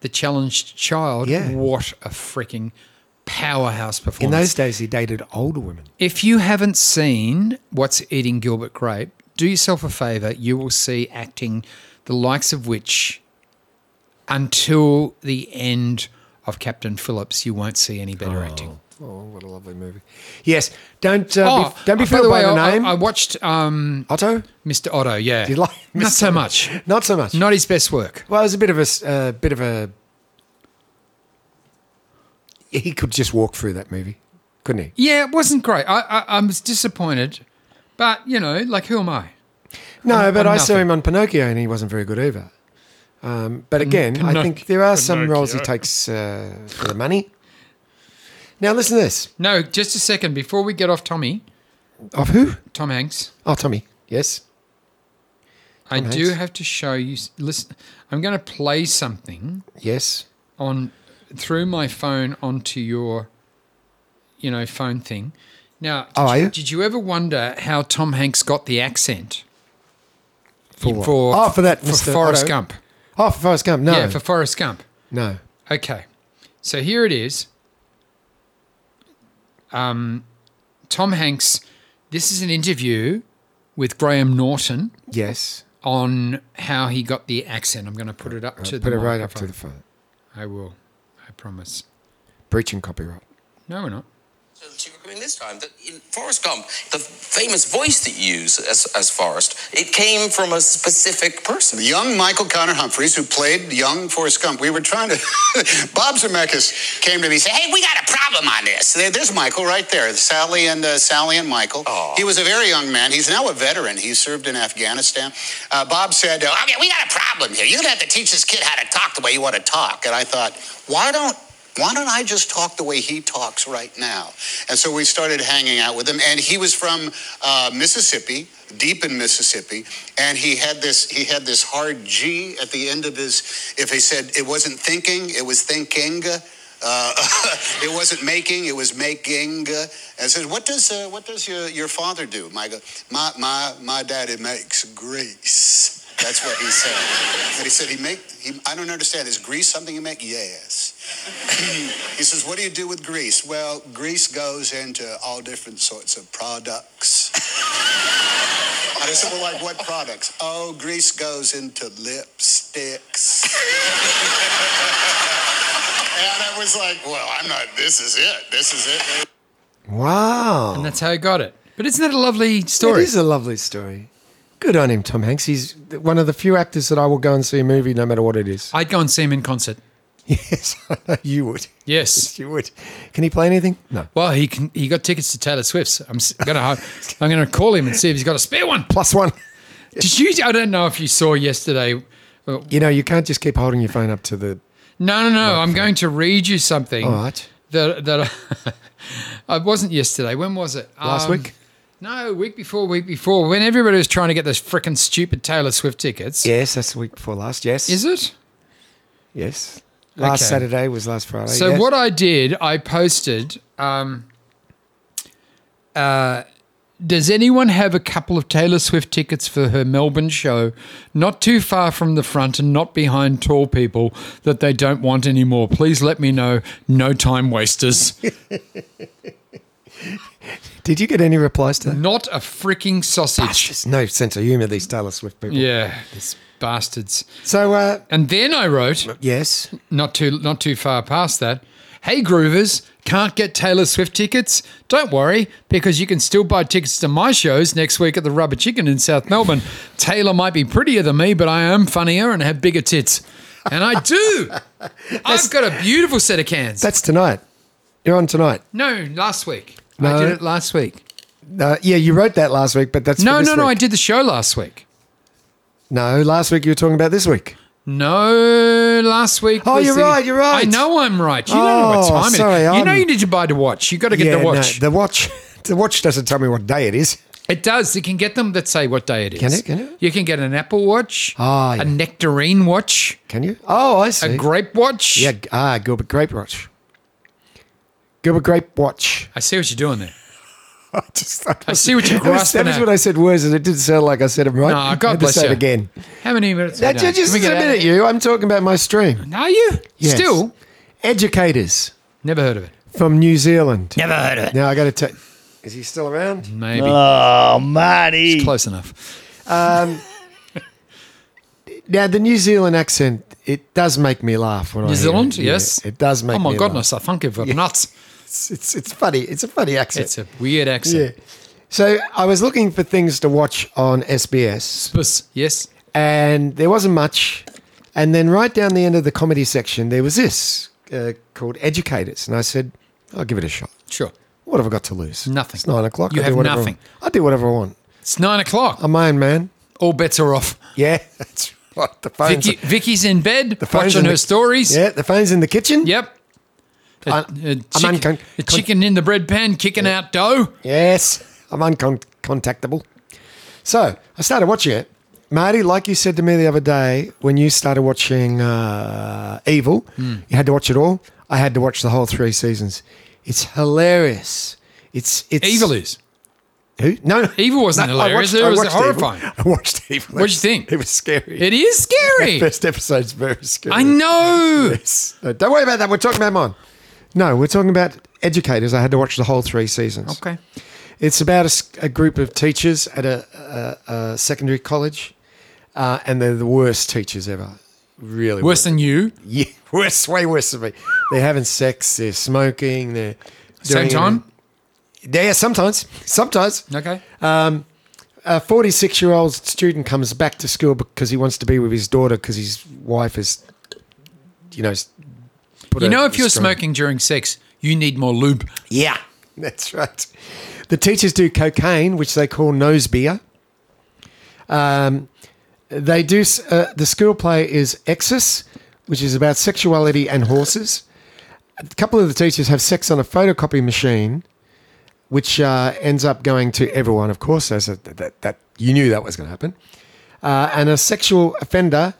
A: the challenged child.
B: Yeah.
A: What a freaking powerhouse
B: In
A: performance!
B: those days, he dated older women.
A: if you haven't seen What's Eating Gilbert Grape, do yourself a favor. You will see acting the likes of which, until the end of Captain Phillips, you won't see any better acting.
B: Oh, what a lovely movie. Yes. Don't uh,
A: Oh,
B: be, don't be
A: uh, by
B: fooled
A: the
B: by
A: way,
B: the
A: I,
B: name.
A: I, I watched um,
B: Otto?
A: Mr. Otto. Yeah,
B: you like
A: not
B: Mr.
A: so much.
B: Not so much.
A: Not his best work.
B: Well, it was a bit of a s- uh, bit of a. He could just walk through that movie, couldn't he?
A: Yeah, it wasn't great. I, I, I was disappointed, but you know, like who am I?
B: No, but I saw
A: nothing.
B: him on Pinocchio, and he wasn't very good either. Um, but again, I think there are some roles he takes uh, for the money. Now listen to this.
A: No, just a second before we get off Tommy,
B: Of who?
A: Tom Hanks.
B: Oh, Tommy. Yes.
A: I do
B: Hanks.
A: have to show you. s- Listen, I'm going to play something
B: Yes.
A: on through my phone onto your, you know, phone thing. Now, did,
B: Oh, are you?
A: did you ever wonder how Tom Hanks got the accent for
B: what?
A: for,
B: Oh, for that Mr.
A: Forrest
B: Otto.
A: Gump?
B: Oh, for Forrest Gump. No.
A: Yeah, for Forrest Gump.
B: no.
A: Okay, so here it is. Um, Tom Hanks. This is an interview with Graham Norton
B: Yes.
A: on how he got the accent. I'm going to put it up to
B: Put
A: the
B: it right up to
A: microphone.
B: the phone.
A: I will. I promise.
B: Breaching copyright.
A: No, we're not.
H: So that you were coming this time. That in Forrest Gump, the famous voice that you use as, as Forrest, it came from a specific person.
I: The young Michael Connor Humphreys, who played young Forrest Gump, we were trying to. Bob Zemeckis came to me and said, "Hey, we got a problem on this." There- There's Michael right there, Sally and uh, Sally and Michael. He was a very young man. He's now a veteran. He served in Afghanistan. Uh, Bob said, uh, "Okay, we got a problem here. You're gonna have to teach this kid how to talk the way you want to talk." And I thought, why don't why don't I just talk the way he talks right now? And so we started hanging out with him. And he was from uh, Mississippi, deep in Mississippi, and he had this he had this hard G at the end of his. If he said it wasn't thinking, it was thinking. Uh, it wasn't making; it was making. And I said, "What does uh, what does your, your father do?" My go- my my my daddy makes grease. That's what he said. and he said he make. He, I don't understand. Is grease something you make? Yes he says, What do you do with grease? Well, grease goes into all different sorts of products. and I said, Well, like what products? Oh, grease goes into lipsticks. and I was like, Well, I'm not, this is it. This is it.
B: Wow.
A: That's how he got it. But isn't that a lovely
B: It
A: story?
B: is a lovely story. Good on him, Tom Hanks. He's one of the few actors that I will go and see a movie no matter what it is.
A: I'd go and see him in concert.
B: Yes, I know you would.
A: Yes.
B: You would. Can he play anything? No.
A: Well, he can. He got tickets to Taylor Swift's. I'm s- gonna. ho- I'm gonna call him and see if he's got a spare one.
B: Plus one.
A: Did you? I don't know if you saw yesterday.
B: You know, you can't just keep holding your phone up to the.
A: No, no, no. I'm going to read you something.
B: All right.
A: That that I, wasn't yesterday. When was it?
B: Last
A: Um,
B: week?
A: No, week before, week before. When everybody was trying to get those freaking stupid Taylor Swift tickets.
B: Yes, that's the week before last. Yes.
A: Is it?
B: Yes. Last
A: Okay.
B: Saturday was last Friday.
A: So
B: yes.
A: what I did, I posted. Um, uh, does anyone have a couple of Taylor Swift tickets for her Melbourne show? Not too far from the front and not behind tall people that they don't want anymore. Please let me know. No time wasters.
B: Did you get any replies to that?
A: not a freaking sausage.
B: There's no sense of humour, these Taylor Swift people.
A: Yeah, these bastards.
B: So, uh,
A: And then I wrote.
B: yes.
A: not too not too far past that. Hey Groovers, can't get Taylor Swift tickets? Don't worry, because you can still buy tickets to my shows next week at the Rubber Chicken in South Melbourne. Taylor might be prettier than me, but I am funnier and have bigger tits. And I do. I've got a beautiful set of cans.
B: That's tonight. You're on tonight.
A: no, last week.
B: No.
A: I did it last week.
B: Uh, yeah, you wrote that last week, but that's for
A: No,
B: this
A: no, no, I
B: week.
A: did the show last week.
B: No, last week you were talking about this week.
A: No, last week.
B: Oh,
A: was
B: you're
A: the-
B: right, you're right.
A: I know I'm right. You don't know what
B: Oh,
A: time it is.
B: sorry,
A: you know
B: I'm-
A: you need to buy the watch. You got to get
B: yeah,
A: the watch.
B: No, the watch. The watch doesn't tell me what day it is.
A: It does. You can get them that say what day it is.
B: Can it? Can it?
A: You can get an Apple Watch,
B: Ah, yeah.
A: a Nectarine Watch,
B: Can you? Oh, I see.
A: a Grape Watch.
B: Yeah, g- ah, Gilbert Grape Watch. Gilbert Grape Watch.
A: I see what you're doing there.
B: I just thought I
A: see what you're
B: that was-
A: grasping
B: That was
A: at.
B: when I said words, and it didn't sound like I said them right.
A: Ah,
B: I
A: God
B: had
A: bless
B: to say
A: you.
B: it again.
A: How many minutes?
B: That, just just a minute, you. I'm talking about my stream.
A: Are you
B: Yes.
A: still?
B: Educators
A: Never heard of it.
B: from New Zealand.
A: Never heard of it.
B: Now I got to tell. Is he still around?
A: Maybe
J: Oh, Marty.
A: close enough.
B: Now the New Zealand accent it does make me laugh when I
A: New
B: hear
A: Zealand,
B: it. Oh, Yeah,
A: yes.
B: it does make.
A: Oh my
B: me
A: goodness! I thank you for nuts.
B: laugh. It's, it's it's funny. It's a funny accent.
A: It's a weird
B: yeah.
A: accent.
B: So I was looking for things to watch on SBS,
A: Puss, Yes.
B: and there wasn't much. And then right down the end of the comedy section, there was this uh, called Educators, and I said, "I'll give it a shot.
A: Sure.
B: What have I got to lose?
A: Nothing.
B: It's nine o'clock.
A: You
B: I
A: have
B: do whatever
A: nothing.
B: I, want. I do whatever I want.
A: It's nine o'clock.
B: I'm Iron Man.
A: All bets are off.
B: Yeah, that's right. The phone's
A: Vicky, Vicky's in bed
B: phone's
A: watching
B: in
A: her
B: the-
A: stories.
B: Yeah, the phone's in the kitchen.
A: Yep. A,
B: I'm-
A: a
B: I'm
A: chicken,
B: uncon-
A: a chicken in the bread pan kicking out dough.
B: Yes, I'm uncontactable. So I started watching it. Marty, like you said to me the other day, when you started watching uh, Evil,
A: Hmm.
B: you had to watch it all. I had to watch the whole three seasons. It's hilarious. It's it's
A: Evil is.
B: Who? No, no.
A: Evil wasn't
B: No, I
A: hilarious.
B: watched-
A: it
B: I
A: was
B: watched Evil.
A: horrifying.
B: I watched Evil.
A: What'd you think?
B: It was scary.
A: It is scary.
B: The first episode's very scary.
A: I know.
B: No, don't worry about that. We're talking about mine. No, we're talking about educators. I had to watch the whole three seasons.
A: Okay.
B: It's about a s- a, group of teachers at a, a, a secondary college, uh, and they're the worst teachers ever. Really
A: Worse than you.
B: yeah, worse, way worse than me. They're having sex. They're smoking. They're
A: Same
B: doing-
A: time.
B: Yeah, sometimes, sometimes.
A: Okay.
B: A forty-six-year-old student comes back to school because he wants to be with his daughter because his wife is, you know. s- put
A: You
B: her
A: know, if you're
B: strong-
A: smoking during sex, you need more lube.
B: Yeah, that's right. The teachers do cocaine, which they call nose beer. Um, they do s- uh, the school play is Exus, which is about sexuality and horses. A couple of the teachers have sex on a photocopy machine, which uh, ends up going to everyone. Of course, as a, that that you knew that was going to happen. Uh, and a sexual offender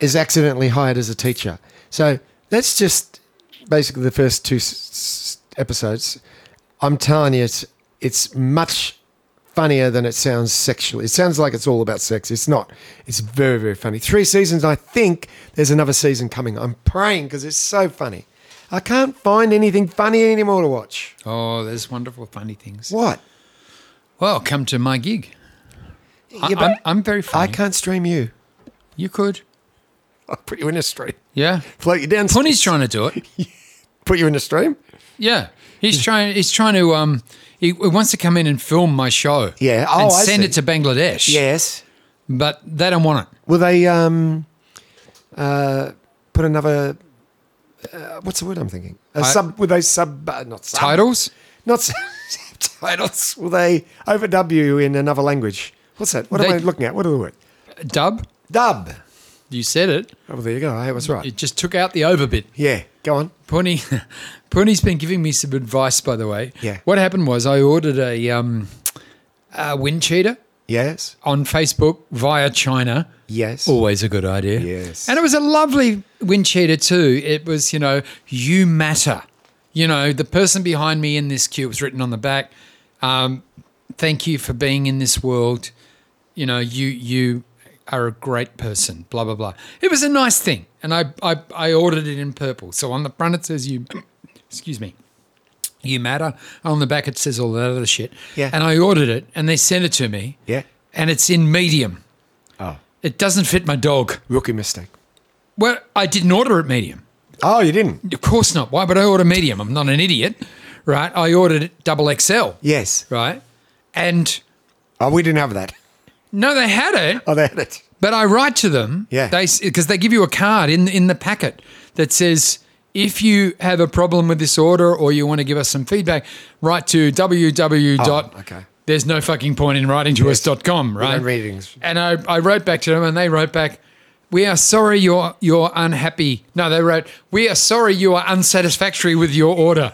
B: is accidentally hired as a teacher. So that's just basically the first two s- s- episodes. I'm telling you, it's it's much funnier than it sounds sexually. It sounds like it's all about sex. It's not. It's very very funny. Three seasons. I think there's another season coming. I'm praying because it's so funny. I can't find anything funny anymore to watch.
A: Oh, there's wonderful, funny things.
B: What?
A: Well, come to my gig. I,
B: Yeah, but-
A: I'm, I'm very funny.
B: I can't stream you.
A: You could.
B: I'll put you in a stream.
A: Yeah.
B: Float you down.
A: Punny's trying to do it.
B: Put you in a stream.
A: Yeah, he's trying. He's trying to. Um, he, he wants to come in and film my show.
B: Yeah. Oh,
A: and
B: I
A: send
B: see.
A: it to Bangladesh.
B: Yes.
A: but they don't want it.
B: Will they um, uh, put another? Uh, what's the word I'm thinking? A
A: I-
B: sub? Will they sub? Uh, not sub,
A: Titles.
B: Not sub, titles. Will they overdub you in another language? What's that? What am
A: They-
B: I looking at? What are the word?
A: Dub.
B: Dub.
A: You said it.
B: Oh, there you go. I was right.
A: It just took out the over bit.
B: Yeah. Go on.
A: Pony, Pony's been giving me some advice, by the way.
B: Yeah.
A: What happened was I ordered a um, a wind cheater
B: Yes.
A: on Facebook via China.
B: Yes.
A: Always a good idea.
B: Yes.
A: And it was a lovely wind cheater too. It was, you know, you matter. You know, the person behind me in this queue it was written on the back. Um, thank you for being in this world. You know, you you are a great person. Blah blah blah. It was a nice thing, and I I, I ordered it in purple. So on the front it says you. Excuse me. You matter. On the back it says all that other shit.
B: Yeah.
A: And I ordered it, and they sent it to me.
B: Yeah.
A: And it's in medium.
B: Oh.
A: It doesn't fit my dog.
B: Rookie mistake.
A: Well, I didn't order it medium.
B: Oh, you didn't.
A: Of course not. Why would I order medium? I'm not an idiot, right? I ordered it double XL,
B: Yes.
A: right? And
B: Oh, we didn't have that.
A: no, they had it,
B: Oh, they had it.
A: but I write to them.
B: Yeah.
A: They because they give you a card in in the packet that says if you have a problem with this order or you want to give us some feedback, write to www. dot
B: Oh, okay.
A: There's no fucking point in writing to us dot com, right?
B: don't read things.
A: And I, I wrote back to them and they wrote back, We are sorry you're you're unhappy. No, they wrote, We are sorry you are unsatisfactory with your order.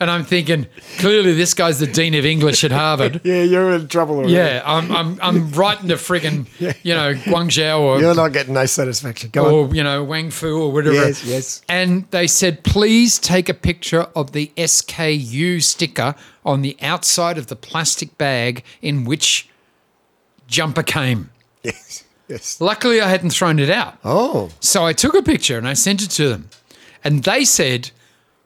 A: and I'm thinking, clearly this guy's the dean of English at Harvard.
B: yeah, you're in trouble already.
A: Yeah, I'm I'm I'm right into friggin' you know Guangzhou or
B: You're not getting no satisfaction. Go on.
A: or you know Wang Fu or whatever.
B: Yes, yes.
A: And they said, please take a picture of the SKU sticker on the outside of the plastic bag in which jumper came.
B: Yes. Yes.
A: Luckily, I hadn't thrown it out.
B: Oh.
A: So I took a picture and I sent it to them. And they said,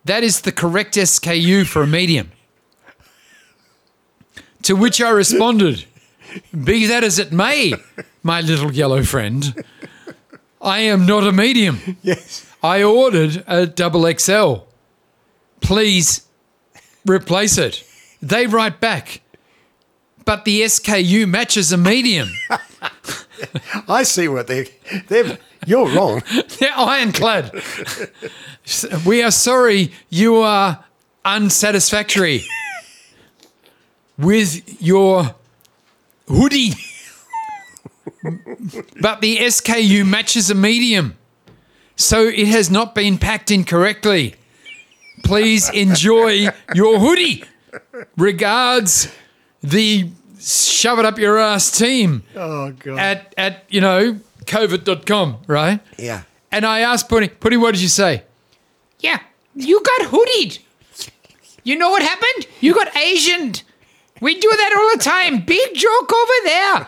A: that is the correct SKU for a medium. To which I responded, be that as it may, my little yellow friend, I am not a medium.
B: Yes.
A: I ordered a double XL. Please replace it. They write back, but the SKU matches a medium.
B: I see what they they're you're wrong.
A: They're ironclad. we are sorry you are unsatisfactory with your hoodie. but the SKU matches a medium, so it has not been packed incorrectly. Please enjoy your hoodie. Regards, the shove it up your ass team
B: Oh god.
A: at at you know covid.com, right?
B: yeah.
A: And I asked Putty, Putty, what did you say?
D: Yeah, you got hoodied. You know what happened? You got Asianed. We do that all the time. Big joke over there.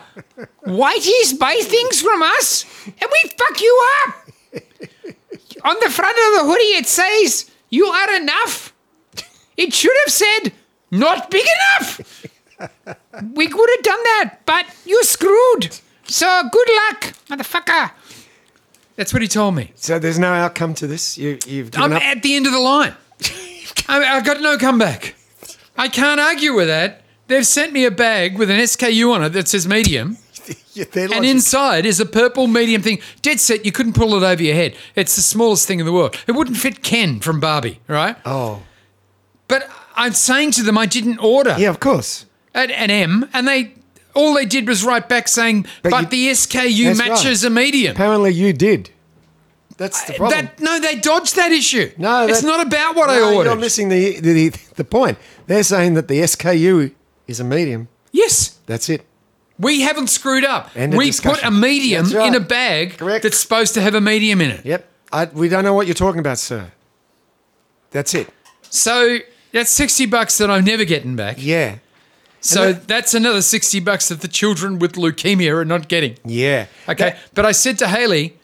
D: Whiteys buy things from us and we fuck you up. On the front of the hoodie, it says, You are enough. It should have said, Not big enough. We could have done that, but you screwed. So good luck, motherfucker.
A: That's what he told me.
B: So there's no outcome to this. You you've
A: I'm
B: given up.
A: at the end of the line. I, I got no comeback. I can't argue with that. They've sent me a bag with an SKU on it that says medium,
B: Yeah, they're
A: and
B: like-
A: inside is a purple medium thing. Dead set, you couldn't pull it over your head. It's the smallest thing in the world. It wouldn't fit Ken from Barbie, right?
B: oh
A: But I'm saying to them, I didn't order.
B: yeah, of course.
A: at an M, and they all they did was write back saying, "But,
B: But
A: the SKU
B: That's
A: matches a medium."
B: Apparently you did. That's the problem.
A: That no, they dodged that issue.
B: no,
A: it's
B: that-
A: not about what
B: No,
A: I ordered.
B: You're missing the, the the point. They're saying that the SKU is a medium.
A: yes,
B: That's it.
A: we haven't screwed up.
B: End of
A: we put
B: discussion.
A: a medium
B: That's right.
A: in a bag
B: Correct.
A: that's supposed to have a medium in it.
B: Yep. I, we don't know what you're talking about, sir. That's it.
A: So that's sixty bucks that I'm never getting back.
B: Yeah.
A: so that's another sixty bucks that the children with leukemia are not getting.
B: Yeah.
A: Okay. but I said to Haley,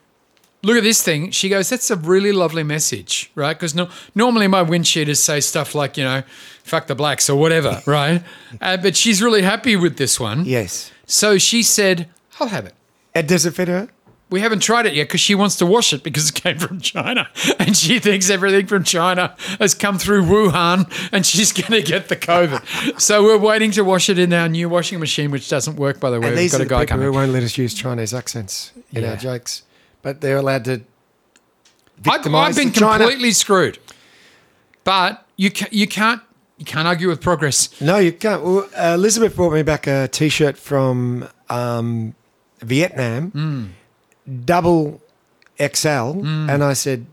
A: look at this thing. She goes, that's a really lovely message, right? Because no, normally my windshield say stuff like, you know, fuck the blacks or whatever, right? Uh, but she's really happy with this one.
B: Yes.
A: So she said, I'll have it.
B: And does it fit her?
A: We haven't tried it yet because she wants to wash it because it came from China. And she thinks everything from China has come through Wuhan and she's going to get the COVID. so we're waiting to wash it in our new washing machine, which doesn't work, by the way.
B: And
A: We've
B: these
A: got
B: are
A: a
B: the
A: guy
B: people who
A: coming.
B: won't let us use Chinese accents in
A: Yeah.
B: our jokes, but they're allowed to.
A: I've, I've
B: victimise
A: been
B: the China.
A: completely screwed. But you ca- you can't you can't argue with progress.
B: No, you can't. Well, uh, Elizabeth brought me back a T-shirt from um, Vietnam, double XL, and I said,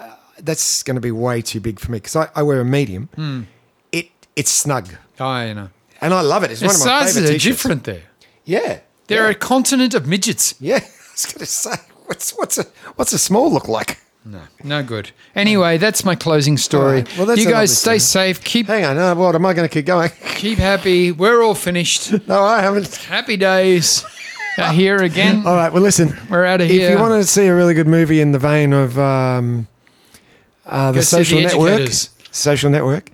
B: "Uh, "That's going to be way too big for me because I, I wear a medium. It it's snug,
A: I know.
B: and I love it. It's
A: The
B: one of my favorite
A: sizes are
B: T-shirts.
A: different there.
B: Yeah,
A: They're a
B: yeah.
A: continent of midgets.
B: yeah. I was going to say, what's what's a what's a small look like?
A: No good. Anyway, that's my closing story.
B: All right. Well, that's
A: you
B: a
A: guys stay
B: lovely
A: safe. Keep
B: Hang on, uh, what am I going to keep going?
A: keep happy. We're all finished.
B: no, I haven't.
A: happy days. Are here again.
B: All right. Well, listen,
A: We're outta
B: If
A: here.
B: you want to see a really good movie in the vein of um, uh, the
A: Go see
B: Social
A: The
B: Network,
A: Educators.
B: Social Network,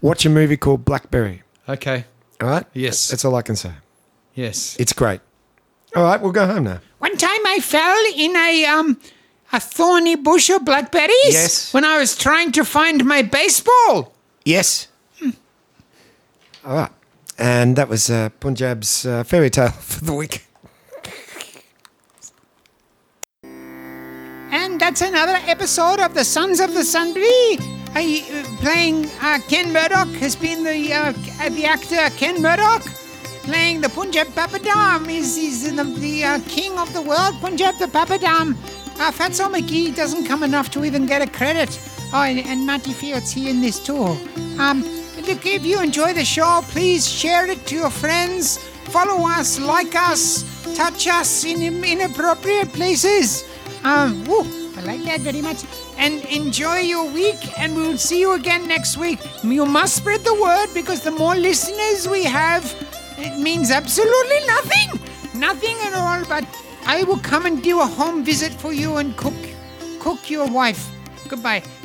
B: watch a movie called Blackberry.
A: Okay.
B: All right.
A: Yes.
B: That's all I can say.
A: Yes.
B: It's great. All right. We'll go home now.
D: One time I fell in a um a thorny bush of blackberries
B: Yes.
D: when I was trying to find my baseball.
B: Yes. All right. And that was uh, Punjab's uh, fairy tale for the week.
D: And that's another episode of the Sons of the Sun Bleed. I uh, playing uh, Ken Murdoch has been the uh, uh, the actor Ken Murdoch playing the Punjab Papadam is is the, the uh, king of the world Punjab the Papadam. Uh, Fatso McGee doesn't come enough to even get a credit. Oh, and, and Monty Fields, he in this too. Um, look, if you enjoy the show, please share it to your friends. Follow us, like us, touch us in in- inappropriate places. Um, woo, I like that very much. And enjoy your week, and we will see you again next week. You must spread the word because the more listeners we have, it means absolutely nothing. Nothing at all, but I will come and do a home visit for you and cook cook your wife. Goodbye.